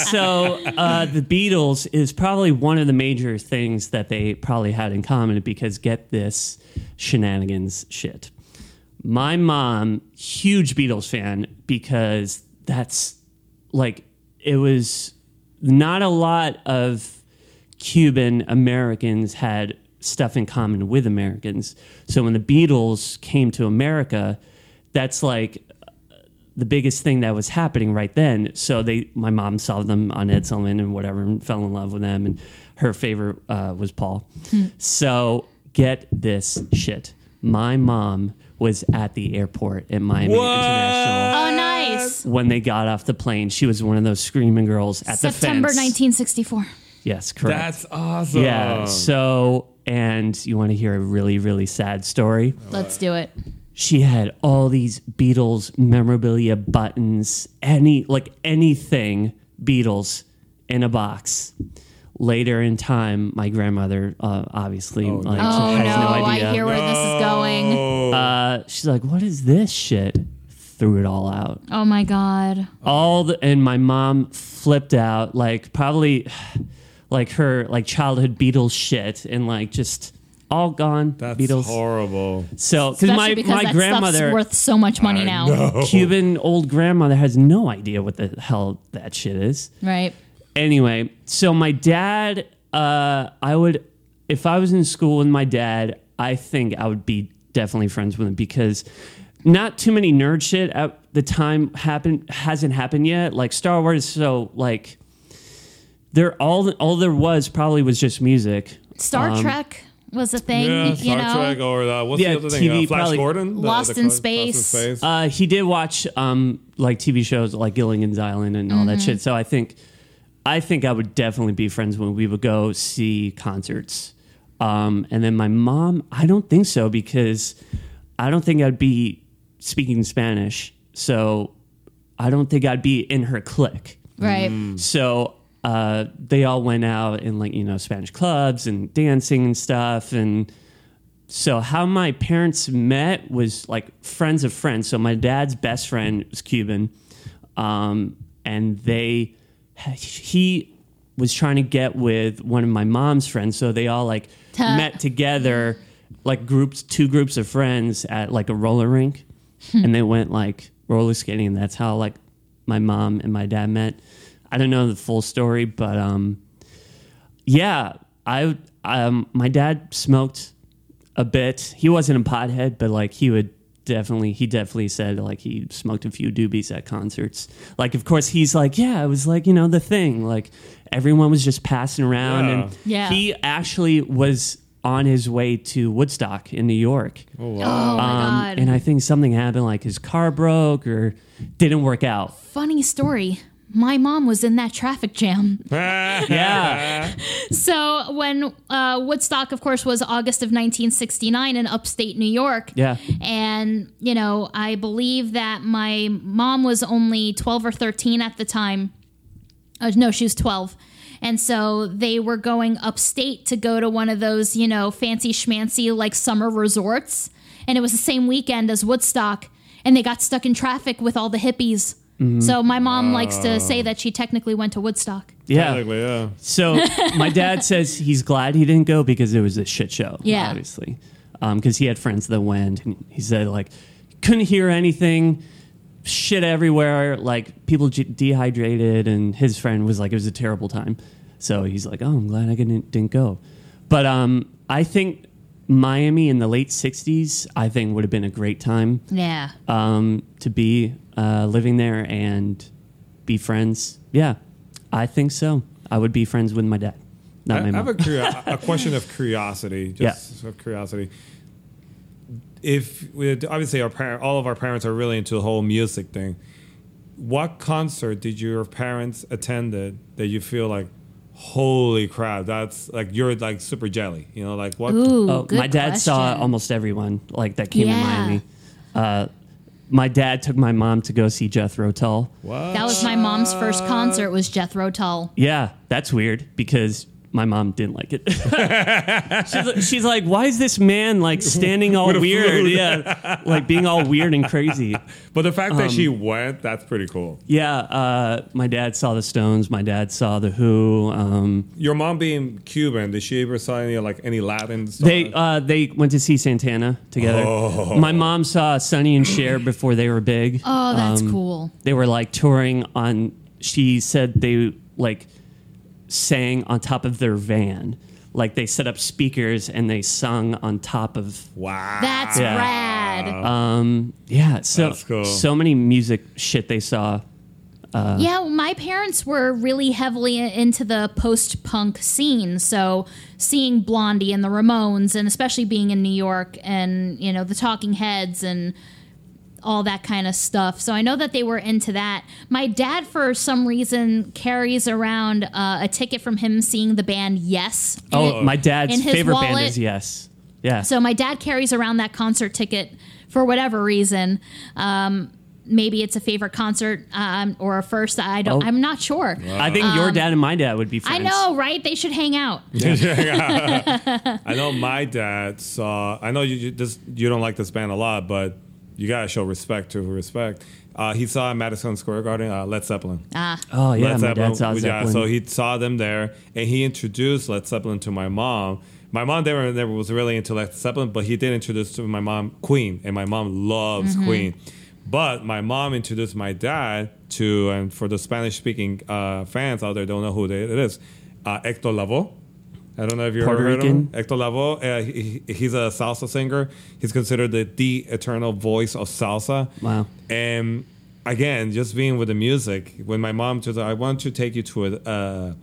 Speaker 7: so uh, the Beatles is probably one of the major things that they probably had in common because get this shenanigans shit. My mom, huge Beatles fan because that's like, it was not a lot of Cuban Americans had stuff in common with Americans. So when the Beatles came to America, that's like uh, the biggest thing that was happening right then. So they, my mom saw them on Ed Sullivan and whatever, and fell in love with them. And her favorite uh, was Paul. So get this shit. My mom was at the airport at Miami International
Speaker 10: oh, nice.
Speaker 7: when they got off the plane. She was one of those screaming girls at
Speaker 10: September
Speaker 7: the fence.
Speaker 10: 1964.
Speaker 7: Yes, correct.
Speaker 5: that's awesome.
Speaker 7: Yeah. So, and you want to hear a really, really sad story?
Speaker 10: Let's do it.
Speaker 7: She had all these Beatles memorabilia buttons, any like anything Beatles in a box. later in time, my grandmother uh, obviously like,
Speaker 10: Oh
Speaker 7: has
Speaker 10: no,
Speaker 7: no, idea.
Speaker 10: I hear where this is going.
Speaker 7: uh, she's like, "What is this shit?" Threw it all out.
Speaker 10: Oh my god.
Speaker 7: all the and my mom flipped out like probably [sighs] like her like childhood Beatles shit and like just all gone
Speaker 5: That's
Speaker 7: Beatles.
Speaker 5: horrible.
Speaker 7: So because
Speaker 10: Especially
Speaker 7: my
Speaker 10: because
Speaker 7: my
Speaker 10: that
Speaker 7: grandmother,
Speaker 10: stuff's worth so much money now.
Speaker 7: Cuban old grandmother, has no idea what the hell that shit is.
Speaker 10: Right.
Speaker 7: Anyway, so my dad, uh, I would if I was in school with my dad, I think I would be definitely friends with him because not too many nerd shit at the time happened hasn't happened yet. Like Star Wars, so like there all all there was probably was just music.
Speaker 10: Star
Speaker 7: Um,
Speaker 10: Trek was a thing,
Speaker 5: Yeah,
Speaker 10: you
Speaker 5: Star
Speaker 10: know.
Speaker 5: Trek or uh, what's
Speaker 7: Yeah,
Speaker 5: the other thing?
Speaker 7: TV
Speaker 5: Uh, Flash
Speaker 7: probably-
Speaker 5: Gordon, The-
Speaker 10: Lost
Speaker 5: the
Speaker 10: in
Speaker 5: co- [laughs]
Speaker 10: Space.
Speaker 7: Uh, he did watch um, like TV shows like Gilligan's Island and all that shit. So I think I think I would definitely be friends when we would go see concerts. Um, and then my mom, I don't think so because I don't think I'd be speaking Spanish. So I don't think I'd be in her clique.
Speaker 10: right.
Speaker 7: So uh, they all went out in like you know Spanish clubs and dancing and stuff. And so how my parents met was like friends of friends. So my dad's best friend was Cuban, um, and they he was trying to get with one of my mom's friends. So they all like met together, like groups, two groups of friends at like a roller rink, and they went like roller skating. And that's how like my mom and my dad met. I don't know the full story, but um, yeah, I um, my dad smoked a bit. He wasn't a pothead, but like he would definitely he definitely said like he smoked a few doobies at concerts. Like of course he's like, yeah, it was like, you know, the thing. Like everyone was just passing around and
Speaker 10: Yeah. Yeah.
Speaker 7: he actually was on his way to Woodstock in New York. Um,
Speaker 10: Oh my god.
Speaker 7: And I think something happened like his car broke or didn't work out.
Speaker 10: Funny story. My mom was in that traffic jam.
Speaker 7: [laughs] Yeah.
Speaker 10: So when uh, Woodstock, of course, was August of 1969 in upstate New York.
Speaker 7: Yeah.
Speaker 10: And you know, I believe that my mom was only 12 or 13 at the time. Uh, no, she was 12. And so they were going upstate to go to one of those, you know, fancy schmancy like summer resorts. And it was the same weekend as Woodstock. And they got stuck in traffic with all the hippies.
Speaker 7: Mm-hmm.
Speaker 10: So my mom likes to say that she technically went to Woodstock.
Speaker 7: Yeah.
Speaker 5: Technically, yeah.
Speaker 7: So my dad says he's glad he didn't go because it was a shit show.
Speaker 10: Yeah.
Speaker 7: obviously, because he had friends that went. And he said like couldn't hear anything, shit everywhere, like people ge- dehydrated, and his friend was like it was a terrible time. So he's like, oh, I'm glad I didn't didn't go. But um, I think Miami in the late '60s, I think would have been a great time
Speaker 10: Yeah.
Speaker 7: um, to be uh, living there and be friends. Yeah, I think so. I would be friends with my dad, not
Speaker 5: I,
Speaker 7: my
Speaker 5: I
Speaker 7: mom.
Speaker 5: have a, curio-
Speaker 7: [laughs]
Speaker 5: a question of curiosity. Just of curiosity. If we- obviously our par- all of our parents are really into the whole music thing, what concert did your parents attended that you feel like, holy crap, that's like you're like super jelly, you know, like what?
Speaker 10: Ooh,
Speaker 7: Oh,
Speaker 10: good
Speaker 7: my dad saw
Speaker 10: question.
Speaker 7: almost everyone like that came
Speaker 10: Yeah.
Speaker 7: in Miami. Uh, my dad took my mom to go see Jethro Tull.
Speaker 10: That was my mom's first concert was Jethro Tull.
Speaker 7: Yeah, that's weird because my mom didn't like it. [laughs] she's, like- she's like, "Why is this man like standing all weird? Yeah, like being all weird and crazy."
Speaker 5: But the fact that
Speaker 7: Um,
Speaker 5: she went, that's pretty cool.
Speaker 7: Yeah, uh, my dad saw the Stones. My dad saw the Who. Um,
Speaker 5: Your mom being Cuban, did she ever saw any like any Latin stuff?
Speaker 7: They uh, they went to see Santana together.
Speaker 5: Oh.
Speaker 7: My mom saw Sonny and Cher before they were big.
Speaker 10: Oh, that's
Speaker 7: Um,
Speaker 10: cool.
Speaker 7: They were like touring on. She said they like sang on top of their van. Like they set up speakers and they sung on top of.
Speaker 5: wow.
Speaker 10: That's
Speaker 7: Yeah.
Speaker 10: rad.
Speaker 7: Yeah, so
Speaker 5: That's cool.
Speaker 7: so many music shit they saw.
Speaker 10: yeah, well, my parents were really heavily i- into the post-punk scene, so seeing Blondie and the Ramones and especially being in New York and, you know, the Talking Heads and all that kind of stuff. So I know that they were into that. My dad, for some reason, carries around uh, a ticket from him seeing the band Yes. in
Speaker 7: Oh, my dad's
Speaker 10: in his
Speaker 7: favorite band
Speaker 10: wallet.
Speaker 7: is Yes. Yeah.
Speaker 10: So my dad carries around that concert ticket for whatever reason. Um, maybe it's a favorite concert um, or a first. I don't.
Speaker 7: Oh.
Speaker 10: I'm not sure.
Speaker 7: I think your dad and my dad would be
Speaker 10: um, I
Speaker 7: friends.
Speaker 10: know, right? They should hang out.
Speaker 5: I know my dad saw. I know you, you this you don't like this band a lot, but you gotta show respect to respect. Uh, he saw Madison Square Garden, uh, Led Zeppelin.
Speaker 7: Oh yeah,
Speaker 5: Led
Speaker 7: my
Speaker 5: Zeppelin.
Speaker 7: dad saw
Speaker 5: we- yeah,
Speaker 7: Zeppelin.
Speaker 5: so he saw them there, and he introduced Led Zeppelin to my mom. My mom never, never was really into Led Zeppelin, but he did introduce to my mom Queen, and my mom loves Queen. But my mom introduced my dad to, and for the Spanish-speaking uh, fans out there, don't know who they, it is, uh, Hector Lavoe. I don't know if you're
Speaker 7: Puerto
Speaker 5: heard of him.
Speaker 7: Rican?
Speaker 5: Hector Lavoe, uh, he, he- he's a salsa singer. He's considered the, the eternal voice of salsa.
Speaker 7: Wow.
Speaker 5: And again, just being with the music, when my mom says, I want to take you to a. Uh,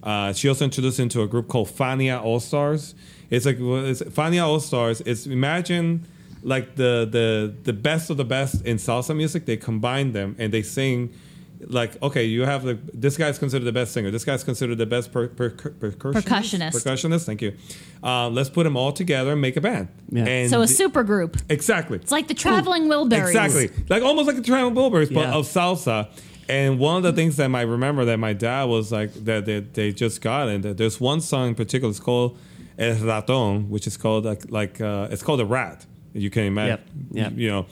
Speaker 5: uh, she also introduced into a group called Fania All Stars. It's like well, it's Fania All Stars. It's imagine like the the the best of the best in salsa music. They combine them and they sing. Like okay, you have the this guy's considered the best singer. This guy's considered the best per, per, percussionist.
Speaker 10: Percussionist.
Speaker 5: Percussionist. Thank you. Uh, let's put them all together and make a band.
Speaker 7: Yeah.
Speaker 5: And
Speaker 10: So a
Speaker 5: the-
Speaker 10: super group. It's
Speaker 5: Exactly.
Speaker 10: like the traveling Wilburys.
Speaker 5: Exactly. Like almost like a triangle Wilburys, but
Speaker 7: Yeah.
Speaker 5: of salsa. And one of the things that I remember that my dad was like that they, they just got and that there's one song in particular it's called El Raton, which is called like like uh, it's called a rat. You can imagine,
Speaker 7: Yep. Yep.
Speaker 5: you know,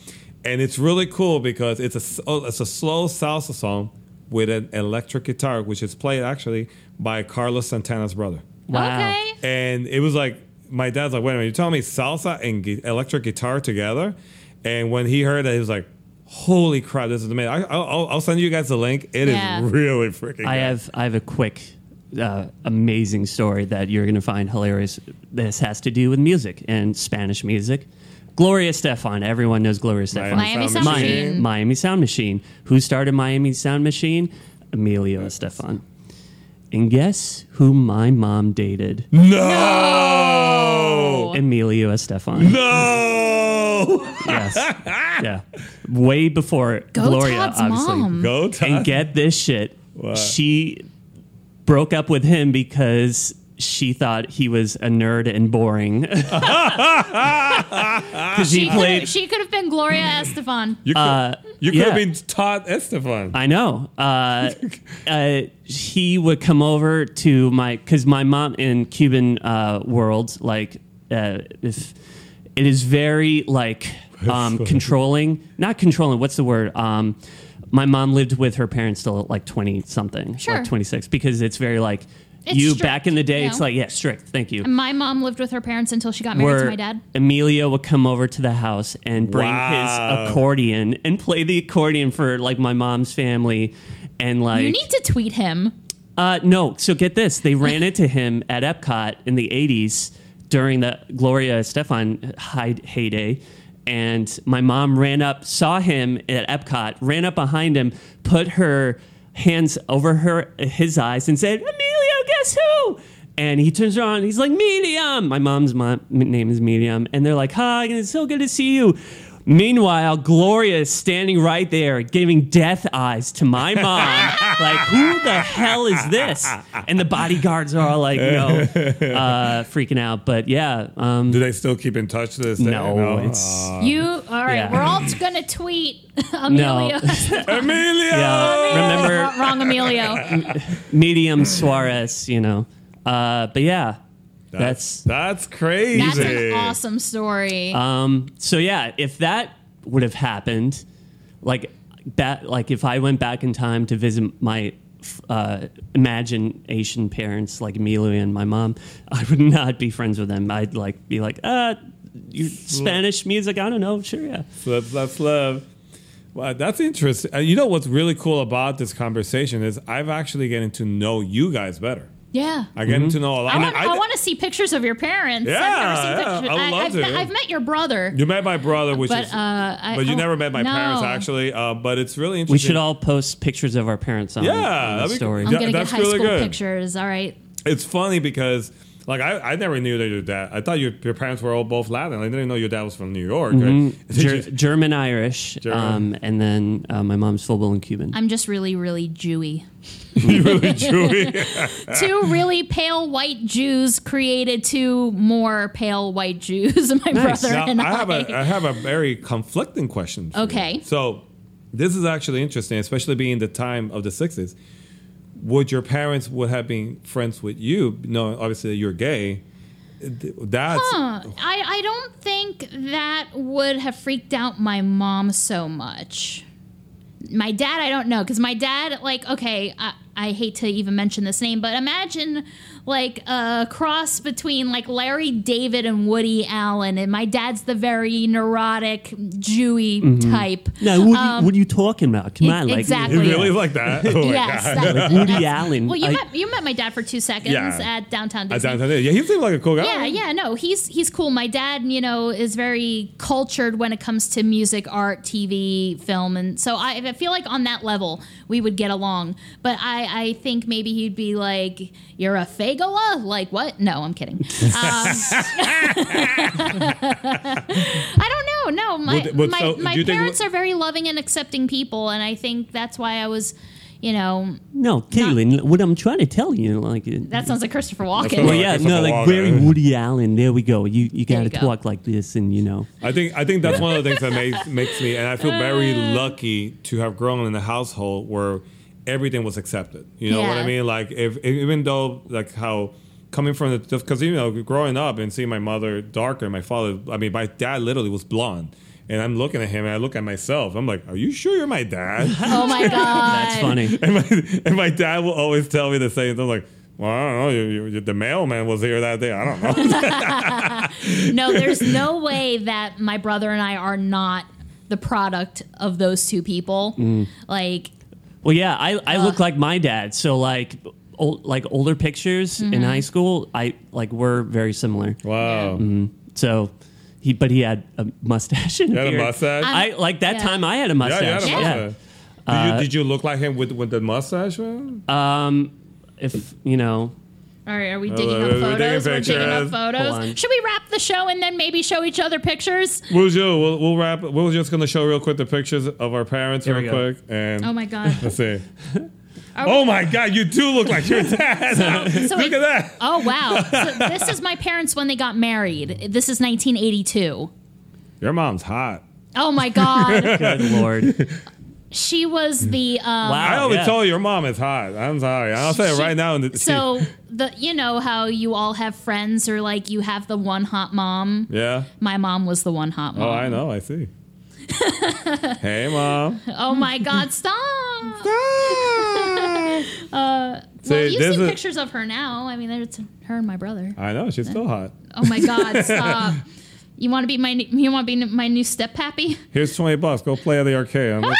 Speaker 5: and it's really cool because it's a s- oh, it's a slow salsa song with an electric guitar, which is played actually by Carlos Santana's brother.
Speaker 7: Wow.
Speaker 10: Okay.
Speaker 5: And it was like my dad's like, wait a minute, you're telling me salsa and gui- electric guitar together? And when he heard that, he was like, holy crap, this is amazing. I, I'll, I'll- I'll send you guys the link. It is
Speaker 10: Yeah.
Speaker 5: really freaking.
Speaker 7: I
Speaker 5: good.
Speaker 7: have I have a quick, uh, amazing story that you're gonna find hilarious. This has to do with music and Spanish music. Gloria Stefan, everyone knows Gloria Stefan.
Speaker 10: Miami Sound
Speaker 7: Miami,
Speaker 10: Machine.
Speaker 7: Miami Sound Machine. Who started Miami Sound Machine? Emilio Estefan. And guess who my mom dated?
Speaker 5: No.
Speaker 7: Emilio Estefan.
Speaker 5: [laughs] No.
Speaker 7: Yes. yeah. Way before
Speaker 10: Go
Speaker 7: Gloria,
Speaker 10: Todd's
Speaker 7: obviously.
Speaker 5: [laughs]
Speaker 10: mom.
Speaker 5: Go time.
Speaker 7: And get this shit. She broke up with him because she thought he was a nerd and boring. [laughs] Because he
Speaker 10: She could
Speaker 7: played.
Speaker 10: she could have been
Speaker 7: [laughs]
Speaker 10: Gloria Estefan.
Speaker 5: you could, you could
Speaker 7: uh, yeah.
Speaker 5: have been taught Estefan.
Speaker 7: I know.
Speaker 5: [laughs]
Speaker 7: Uh, uh, he would come over to my because my mom in Cuban uh, world, like uh, if it is very like um, controlling, not controlling. What's the word? Um, my mom lived with her parents till like twenty something,
Speaker 10: Sure.
Speaker 7: like twenty six, because it's very like
Speaker 10: It's
Speaker 7: you
Speaker 10: strict,
Speaker 7: back in the day.
Speaker 10: you
Speaker 7: It's
Speaker 10: know?
Speaker 7: like yeah, strict. Thank you.
Speaker 10: My mom lived with her parents until she got married to my dad.
Speaker 7: Emilio would come over to the house and bring
Speaker 5: Wow.
Speaker 7: his accordion and play the accordion for like my mom's family. And like,
Speaker 10: You need to tweet him.
Speaker 7: uh, no, so get this. They ran into him at Epcot in the 80s during the Gloria Stefan hide, heyday. And my mom ran up, saw him at Epcot, ran up behind him, put her hands over her his eyes, and said, Emilio, guess who? And he turns around. He's like, Medium. My mom's mom, name is Medium. And they're like, Hi, and it's so good to see you. Meanwhile, Gloria is standing right there, giving death eyes to my [laughs] mom. like, who the hell is this? And the bodyguards are all like, you [laughs] know, uh, freaking out. But yeah, um,
Speaker 5: Do they still keep in touch to this day?
Speaker 7: no, it's
Speaker 10: you all right?
Speaker 7: Um, yeah.
Speaker 10: We're all t-
Speaker 7: [laughs]
Speaker 10: gonna tweet
Speaker 7: no.
Speaker 10: Emilio.
Speaker 5: Emilio.
Speaker 7: yeah, uh, remember [laughs]
Speaker 10: [laughs] wrong Emilio.
Speaker 7: medium Suarez, you know. Uh, but yeah, that's,
Speaker 5: That's crazy.
Speaker 10: That's an awesome story.
Speaker 7: so yeah, if that would have happened, like that, like if I went back in time to visit my uh, imagination parents, like Emilio and my mom, I would not be friends with them. I'd like be like, uh, you Spanish music? I don't know. Sure, yeah.
Speaker 5: That's that's love. Wow, that's interesting. And you know what's really cool about this conversation is I've actually getting to know you guys better.
Speaker 10: yeah.
Speaker 5: I'm getting to know a lot.
Speaker 10: Mm-hmm. I
Speaker 5: and
Speaker 10: want, I, want to see pictures of your parents.
Speaker 5: Yeah, yeah,
Speaker 10: I've never seen pictures.
Speaker 5: I would love
Speaker 10: have
Speaker 5: to, yeah.
Speaker 10: I've met your brother.
Speaker 5: you met my brother, which
Speaker 10: but
Speaker 5: is,
Speaker 10: uh, I,
Speaker 5: but you
Speaker 10: oh,
Speaker 5: never met my
Speaker 10: no.
Speaker 5: parents actually. Uh, but it's really interesting.
Speaker 7: We should all post pictures of our parents on,
Speaker 5: Yeah,
Speaker 7: on the
Speaker 5: that'd be-
Speaker 7: story.
Speaker 10: I'm
Speaker 5: Yeah,
Speaker 10: gonna get
Speaker 5: that's
Speaker 10: high
Speaker 5: really
Speaker 10: school
Speaker 5: good.
Speaker 10: pictures. All right.
Speaker 5: It's funny because like I, I never knew that your dad. I thought your, your parents were all both Latin. I didn't know your dad was from New York.
Speaker 10: Mm-hmm.
Speaker 5: [laughs] Right?
Speaker 7: Ger- German Irish,
Speaker 5: German.
Speaker 7: Um, and then uh, my mom's full blown Cuban.
Speaker 10: I'm just really, really Jewy.
Speaker 5: You [laughs] really
Speaker 10: [laughs]
Speaker 5: Jewy. [laughs]
Speaker 10: two really pale white Jews created two more pale white Jews. [laughs] My brother
Speaker 5: Now,
Speaker 10: and I.
Speaker 5: I have a I have a very conflicting question. for you.
Speaker 10: Okay.
Speaker 5: So This is actually interesting, especially being the time of the 60s. Would your parents would have been friends with you, knowing obviously that you're gay? Th- That's
Speaker 10: Huh. I, I don't think that would have freaked out my mom so much. My dad, I don't know, because my dad, like, okay, I, I hate to even mention this name, but imagine like a cross between like Larry David and Woody Allen, and my dad's the very neurotic, Jewy
Speaker 5: Mm-hmm.
Speaker 10: type.
Speaker 7: Now, what, you, what are you talking about? Come
Speaker 10: Um, e-
Speaker 7: on, like
Speaker 10: exactly.
Speaker 5: really like that.
Speaker 10: [laughs]
Speaker 5: Oh my
Speaker 10: yes,
Speaker 5: God.
Speaker 10: that-
Speaker 5: [laughs]
Speaker 7: Woody
Speaker 10: that's-
Speaker 7: Allen.
Speaker 10: Well, you
Speaker 7: I-
Speaker 10: met you met my dad for two seconds
Speaker 5: Yeah.
Speaker 10: at downtown Disney.
Speaker 5: At downtown, yeah, he seemed like a cool guy.
Speaker 10: Yeah, yeah, no, he's he's cool. My dad, you know, is very cultured when it comes to music, art, TV, film, and so I, I feel like on that level we would get along. But I, I think maybe he'd be like, "You're a fagola," like what? No,
Speaker 5: [laughs]
Speaker 10: I'm kidding. Um, [laughs] I don't know. No, my
Speaker 5: Would- would-
Speaker 10: my,
Speaker 5: so do
Speaker 10: my
Speaker 5: you think-
Speaker 10: parents are very loving and accepting people, and I think that's why I was, you know,
Speaker 7: no, Caitlin, what I'm trying to tell you, like,
Speaker 10: that sounds like Christopher Walken.
Speaker 5: Mm-hmm. what
Speaker 7: well,
Speaker 5: like
Speaker 7: yeah,
Speaker 5: Christopher
Speaker 7: no,
Speaker 5: Walken.
Speaker 7: like very Woody Allen. There we go. You you
Speaker 10: There
Speaker 7: got to
Speaker 10: you go.
Speaker 7: talk like this, and you know,
Speaker 5: I think I think that's one of the things that makes makes me, and I feel very lucky to have grown in a household where everything was accepted. You know what I
Speaker 10: Yeah.
Speaker 5: mean? Like if even though like how coming from the because you know growing up and seeing my mother darker, my father, I mean my dad literally was blonde. And I'm looking at him, and I look at myself. I'm like, "Are you sure you're my dad?" [laughs]
Speaker 10: Oh my god,
Speaker 7: that's
Speaker 10: [laughs]
Speaker 7: funny.
Speaker 5: and my and my dad will always tell me the same. thing like, "Well, I don't know. You, you, the mailman was here that day. I don't know." [laughs]
Speaker 10: no, there's no way that my brother and I are not the product of those two people.
Speaker 5: Mm.
Speaker 10: Like,
Speaker 7: Well, yeah, I, I look like my dad. So like old, like older pictures
Speaker 10: Mm-hmm.
Speaker 7: in high school, I like were very similar.
Speaker 5: Wow.
Speaker 7: So he, but he had a mustache. And
Speaker 5: You had a
Speaker 7: beard.
Speaker 5: mustache?
Speaker 7: I like that
Speaker 10: Yeah.
Speaker 7: time I had a
Speaker 5: Yeah,
Speaker 7: mustache. Uh,
Speaker 5: you had a
Speaker 10: Yeah.
Speaker 5: mustache. Did, you, did you look like him with, with the mustache? Man?
Speaker 7: If you know,
Speaker 10: all right, are we digging
Speaker 5: Oh, we're digging
Speaker 10: up photos? We're digging up
Speaker 5: pictures.
Speaker 7: Hold on.
Speaker 10: photos. Should we wrap the show and then maybe show each other pictures?
Speaker 5: We'll, do- we'll, we'll wrap. We're just gonna show real quick the pictures of our parents,
Speaker 7: Here we
Speaker 5: real
Speaker 7: go.
Speaker 5: quick. And
Speaker 10: Oh
Speaker 5: [laughs]
Speaker 10: my god.
Speaker 5: let's
Speaker 10: [laughs]
Speaker 5: see.
Speaker 10: Are we-
Speaker 5: Oh my God, you do look like your [laughs] dad.
Speaker 10: So
Speaker 5: look
Speaker 10: it-
Speaker 5: at that.
Speaker 10: Oh
Speaker 5: [laughs]
Speaker 10: wow. So this is my parents when they got married. This is 1982.
Speaker 5: Your mom's hot.
Speaker 10: Oh my
Speaker 5: [laughs]
Speaker 10: god.
Speaker 7: good lord,
Speaker 10: she was the um,
Speaker 7: wow.
Speaker 5: I always
Speaker 7: yeah.
Speaker 5: told you your mom is hot. I'm sorry. I'll say it
Speaker 10: She-
Speaker 5: right now. In the, [laughs]
Speaker 10: So the you know how you all have friends or like you have the one hot mom.
Speaker 5: yeah.
Speaker 10: My mom was the one hot mom.
Speaker 5: Oh, I know. I
Speaker 10: [laughs]
Speaker 5: see. hey, mom.
Speaker 10: Oh my God! Stop. [laughs] Uh, well,
Speaker 5: See,
Speaker 10: you
Speaker 5: this
Speaker 10: see
Speaker 5: is-
Speaker 10: pictures of her now. I mean, it's her and my brother.
Speaker 5: I know she's still hot.
Speaker 10: Oh my
Speaker 5: [laughs]
Speaker 10: God! Stop. You want to be my new- you want to be my new
Speaker 5: [laughs]
Speaker 10: step pappy?
Speaker 5: Here's twenty bucks. Go play at the arcade. I'm looking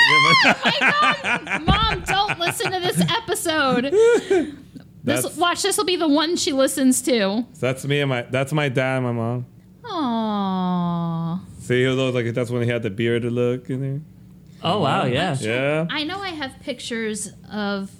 Speaker 5: at my-
Speaker 10: Mom, don't listen to this
Speaker 5: [laughs]
Speaker 10: episode. This
Speaker 5: that's,
Speaker 10: watch. This will be the one she listens to.
Speaker 5: [laughs] that's me and my. That's my dad and my mom.
Speaker 10: Aww.
Speaker 5: See, he was always like that's when he had the bearded look in there.
Speaker 7: Oh wow, yeah.
Speaker 5: Yeah.
Speaker 10: I know I have pictures of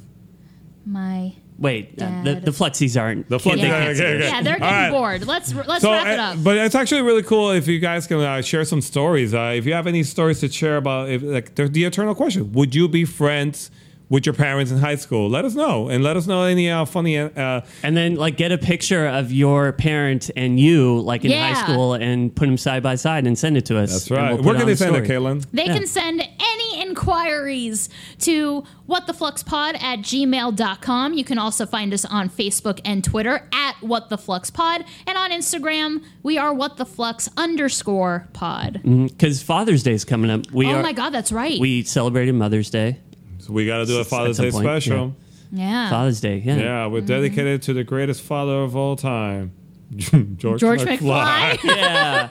Speaker 10: my.
Speaker 7: Wait, uh, the
Speaker 10: Dad.
Speaker 7: the fluxies aren't
Speaker 5: The
Speaker 7: can't-
Speaker 5: fluxies
Speaker 7: they
Speaker 5: aren't-
Speaker 7: can't
Speaker 5: okay,
Speaker 7: see
Speaker 5: okay.
Speaker 7: this.
Speaker 10: Yeah, they're
Speaker 5: All
Speaker 10: getting
Speaker 5: right.
Speaker 10: bored. Let's let's
Speaker 5: So,
Speaker 10: wrap it
Speaker 5: uh,
Speaker 10: up.
Speaker 5: but it's actually really cool if you guys can uh, share some stories. Uh, if you have any stories to share about, if, like the, the eternal question, would you be friends with your parents in high school? Let us know, and let us know any uh, funny. Uh,
Speaker 7: And then like get a picture of your parent and you like in
Speaker 10: Yeah.
Speaker 7: high school and put them side by side and send it to us.
Speaker 5: that's
Speaker 7: and
Speaker 5: right.
Speaker 7: we'll put
Speaker 5: Where
Speaker 7: on
Speaker 5: uh, can they
Speaker 7: the
Speaker 5: send it,
Speaker 7: story.
Speaker 5: Caitlin?
Speaker 10: They can send any inquiries to whatthefluxpod at gmail.com. You can also find us on Facebook and Twitter at whatthefluxpod. And on Instagram, we are whattheflux underscore pod.
Speaker 7: Because Father's Day's coming up. We
Speaker 10: oh
Speaker 7: are,
Speaker 10: my God, that's right.
Speaker 7: We celebrated Mother's Day.
Speaker 5: So we got to do a
Speaker 7: At
Speaker 5: Father's
Speaker 7: some
Speaker 5: Day
Speaker 7: point,
Speaker 5: special.
Speaker 10: yeah.
Speaker 7: Father's Day, yeah.
Speaker 5: Yeah, we're
Speaker 10: Mm-hmm.
Speaker 5: dedicated to the greatest father of all time, [laughs] George,
Speaker 10: George McFly.
Speaker 7: Yeah.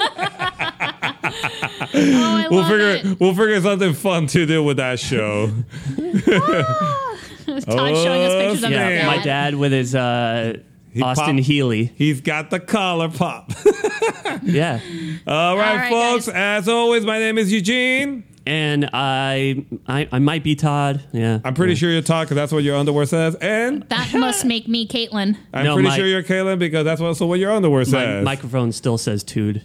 Speaker 10: oh, I
Speaker 5: We'll
Speaker 10: love
Speaker 5: figure
Speaker 10: it.
Speaker 5: we'll figure something fun to do with that [laughs] show.
Speaker 10: Todd's showing us pictures of
Speaker 7: Oh, yeah.
Speaker 10: his dad.
Speaker 7: My dad with his uh, Austin
Speaker 5: popped-
Speaker 7: Healy.
Speaker 5: He's got the collar pop.
Speaker 7: Yeah.
Speaker 5: All right,
Speaker 10: All right,
Speaker 5: folks.
Speaker 10: guys.
Speaker 5: As always, my name is Eugene.
Speaker 7: And I, I I might be Todd. Yeah.
Speaker 5: I'm pretty sure you're talking. That's what your underwear says, and
Speaker 10: That must make me Caitlin.
Speaker 5: I'm
Speaker 7: No,
Speaker 5: pretty
Speaker 7: my-
Speaker 5: sure you're Kaylin because that's also what your underwear
Speaker 7: My
Speaker 5: says.
Speaker 7: microphone still says Tood.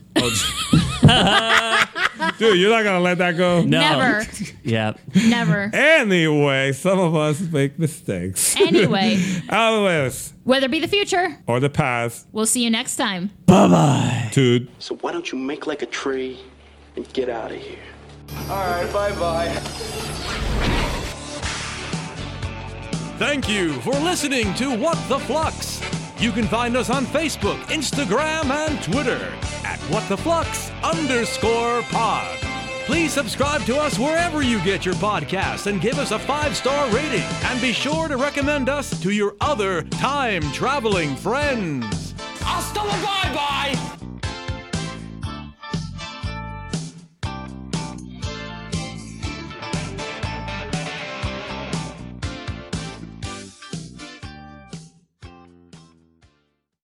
Speaker 5: Dude, you're not gonna let that go.
Speaker 7: No.
Speaker 10: Never.
Speaker 7: [laughs] Yeah. [laughs]
Speaker 10: Never.
Speaker 5: Anyway, some of us make
Speaker 10: [laughs]
Speaker 5: mistakes.
Speaker 10: Anyway,
Speaker 5: Always,
Speaker 10: whether it be the future,
Speaker 5: or the past,
Speaker 10: we'll see you next time.
Speaker 5: dude.
Speaker 9: So why don't you make like a tree and get out of here?
Speaker 11: All right, bye bye.
Speaker 3: Thank you for listening to What the Flux. You can find us on Facebook, Instagram, and Twitter at What the Flux underscore pod. Please subscribe to us wherever you get your podcasts and give us a five star rating. And be sure to recommend us to your other time traveling friends. Hasta la bye bye!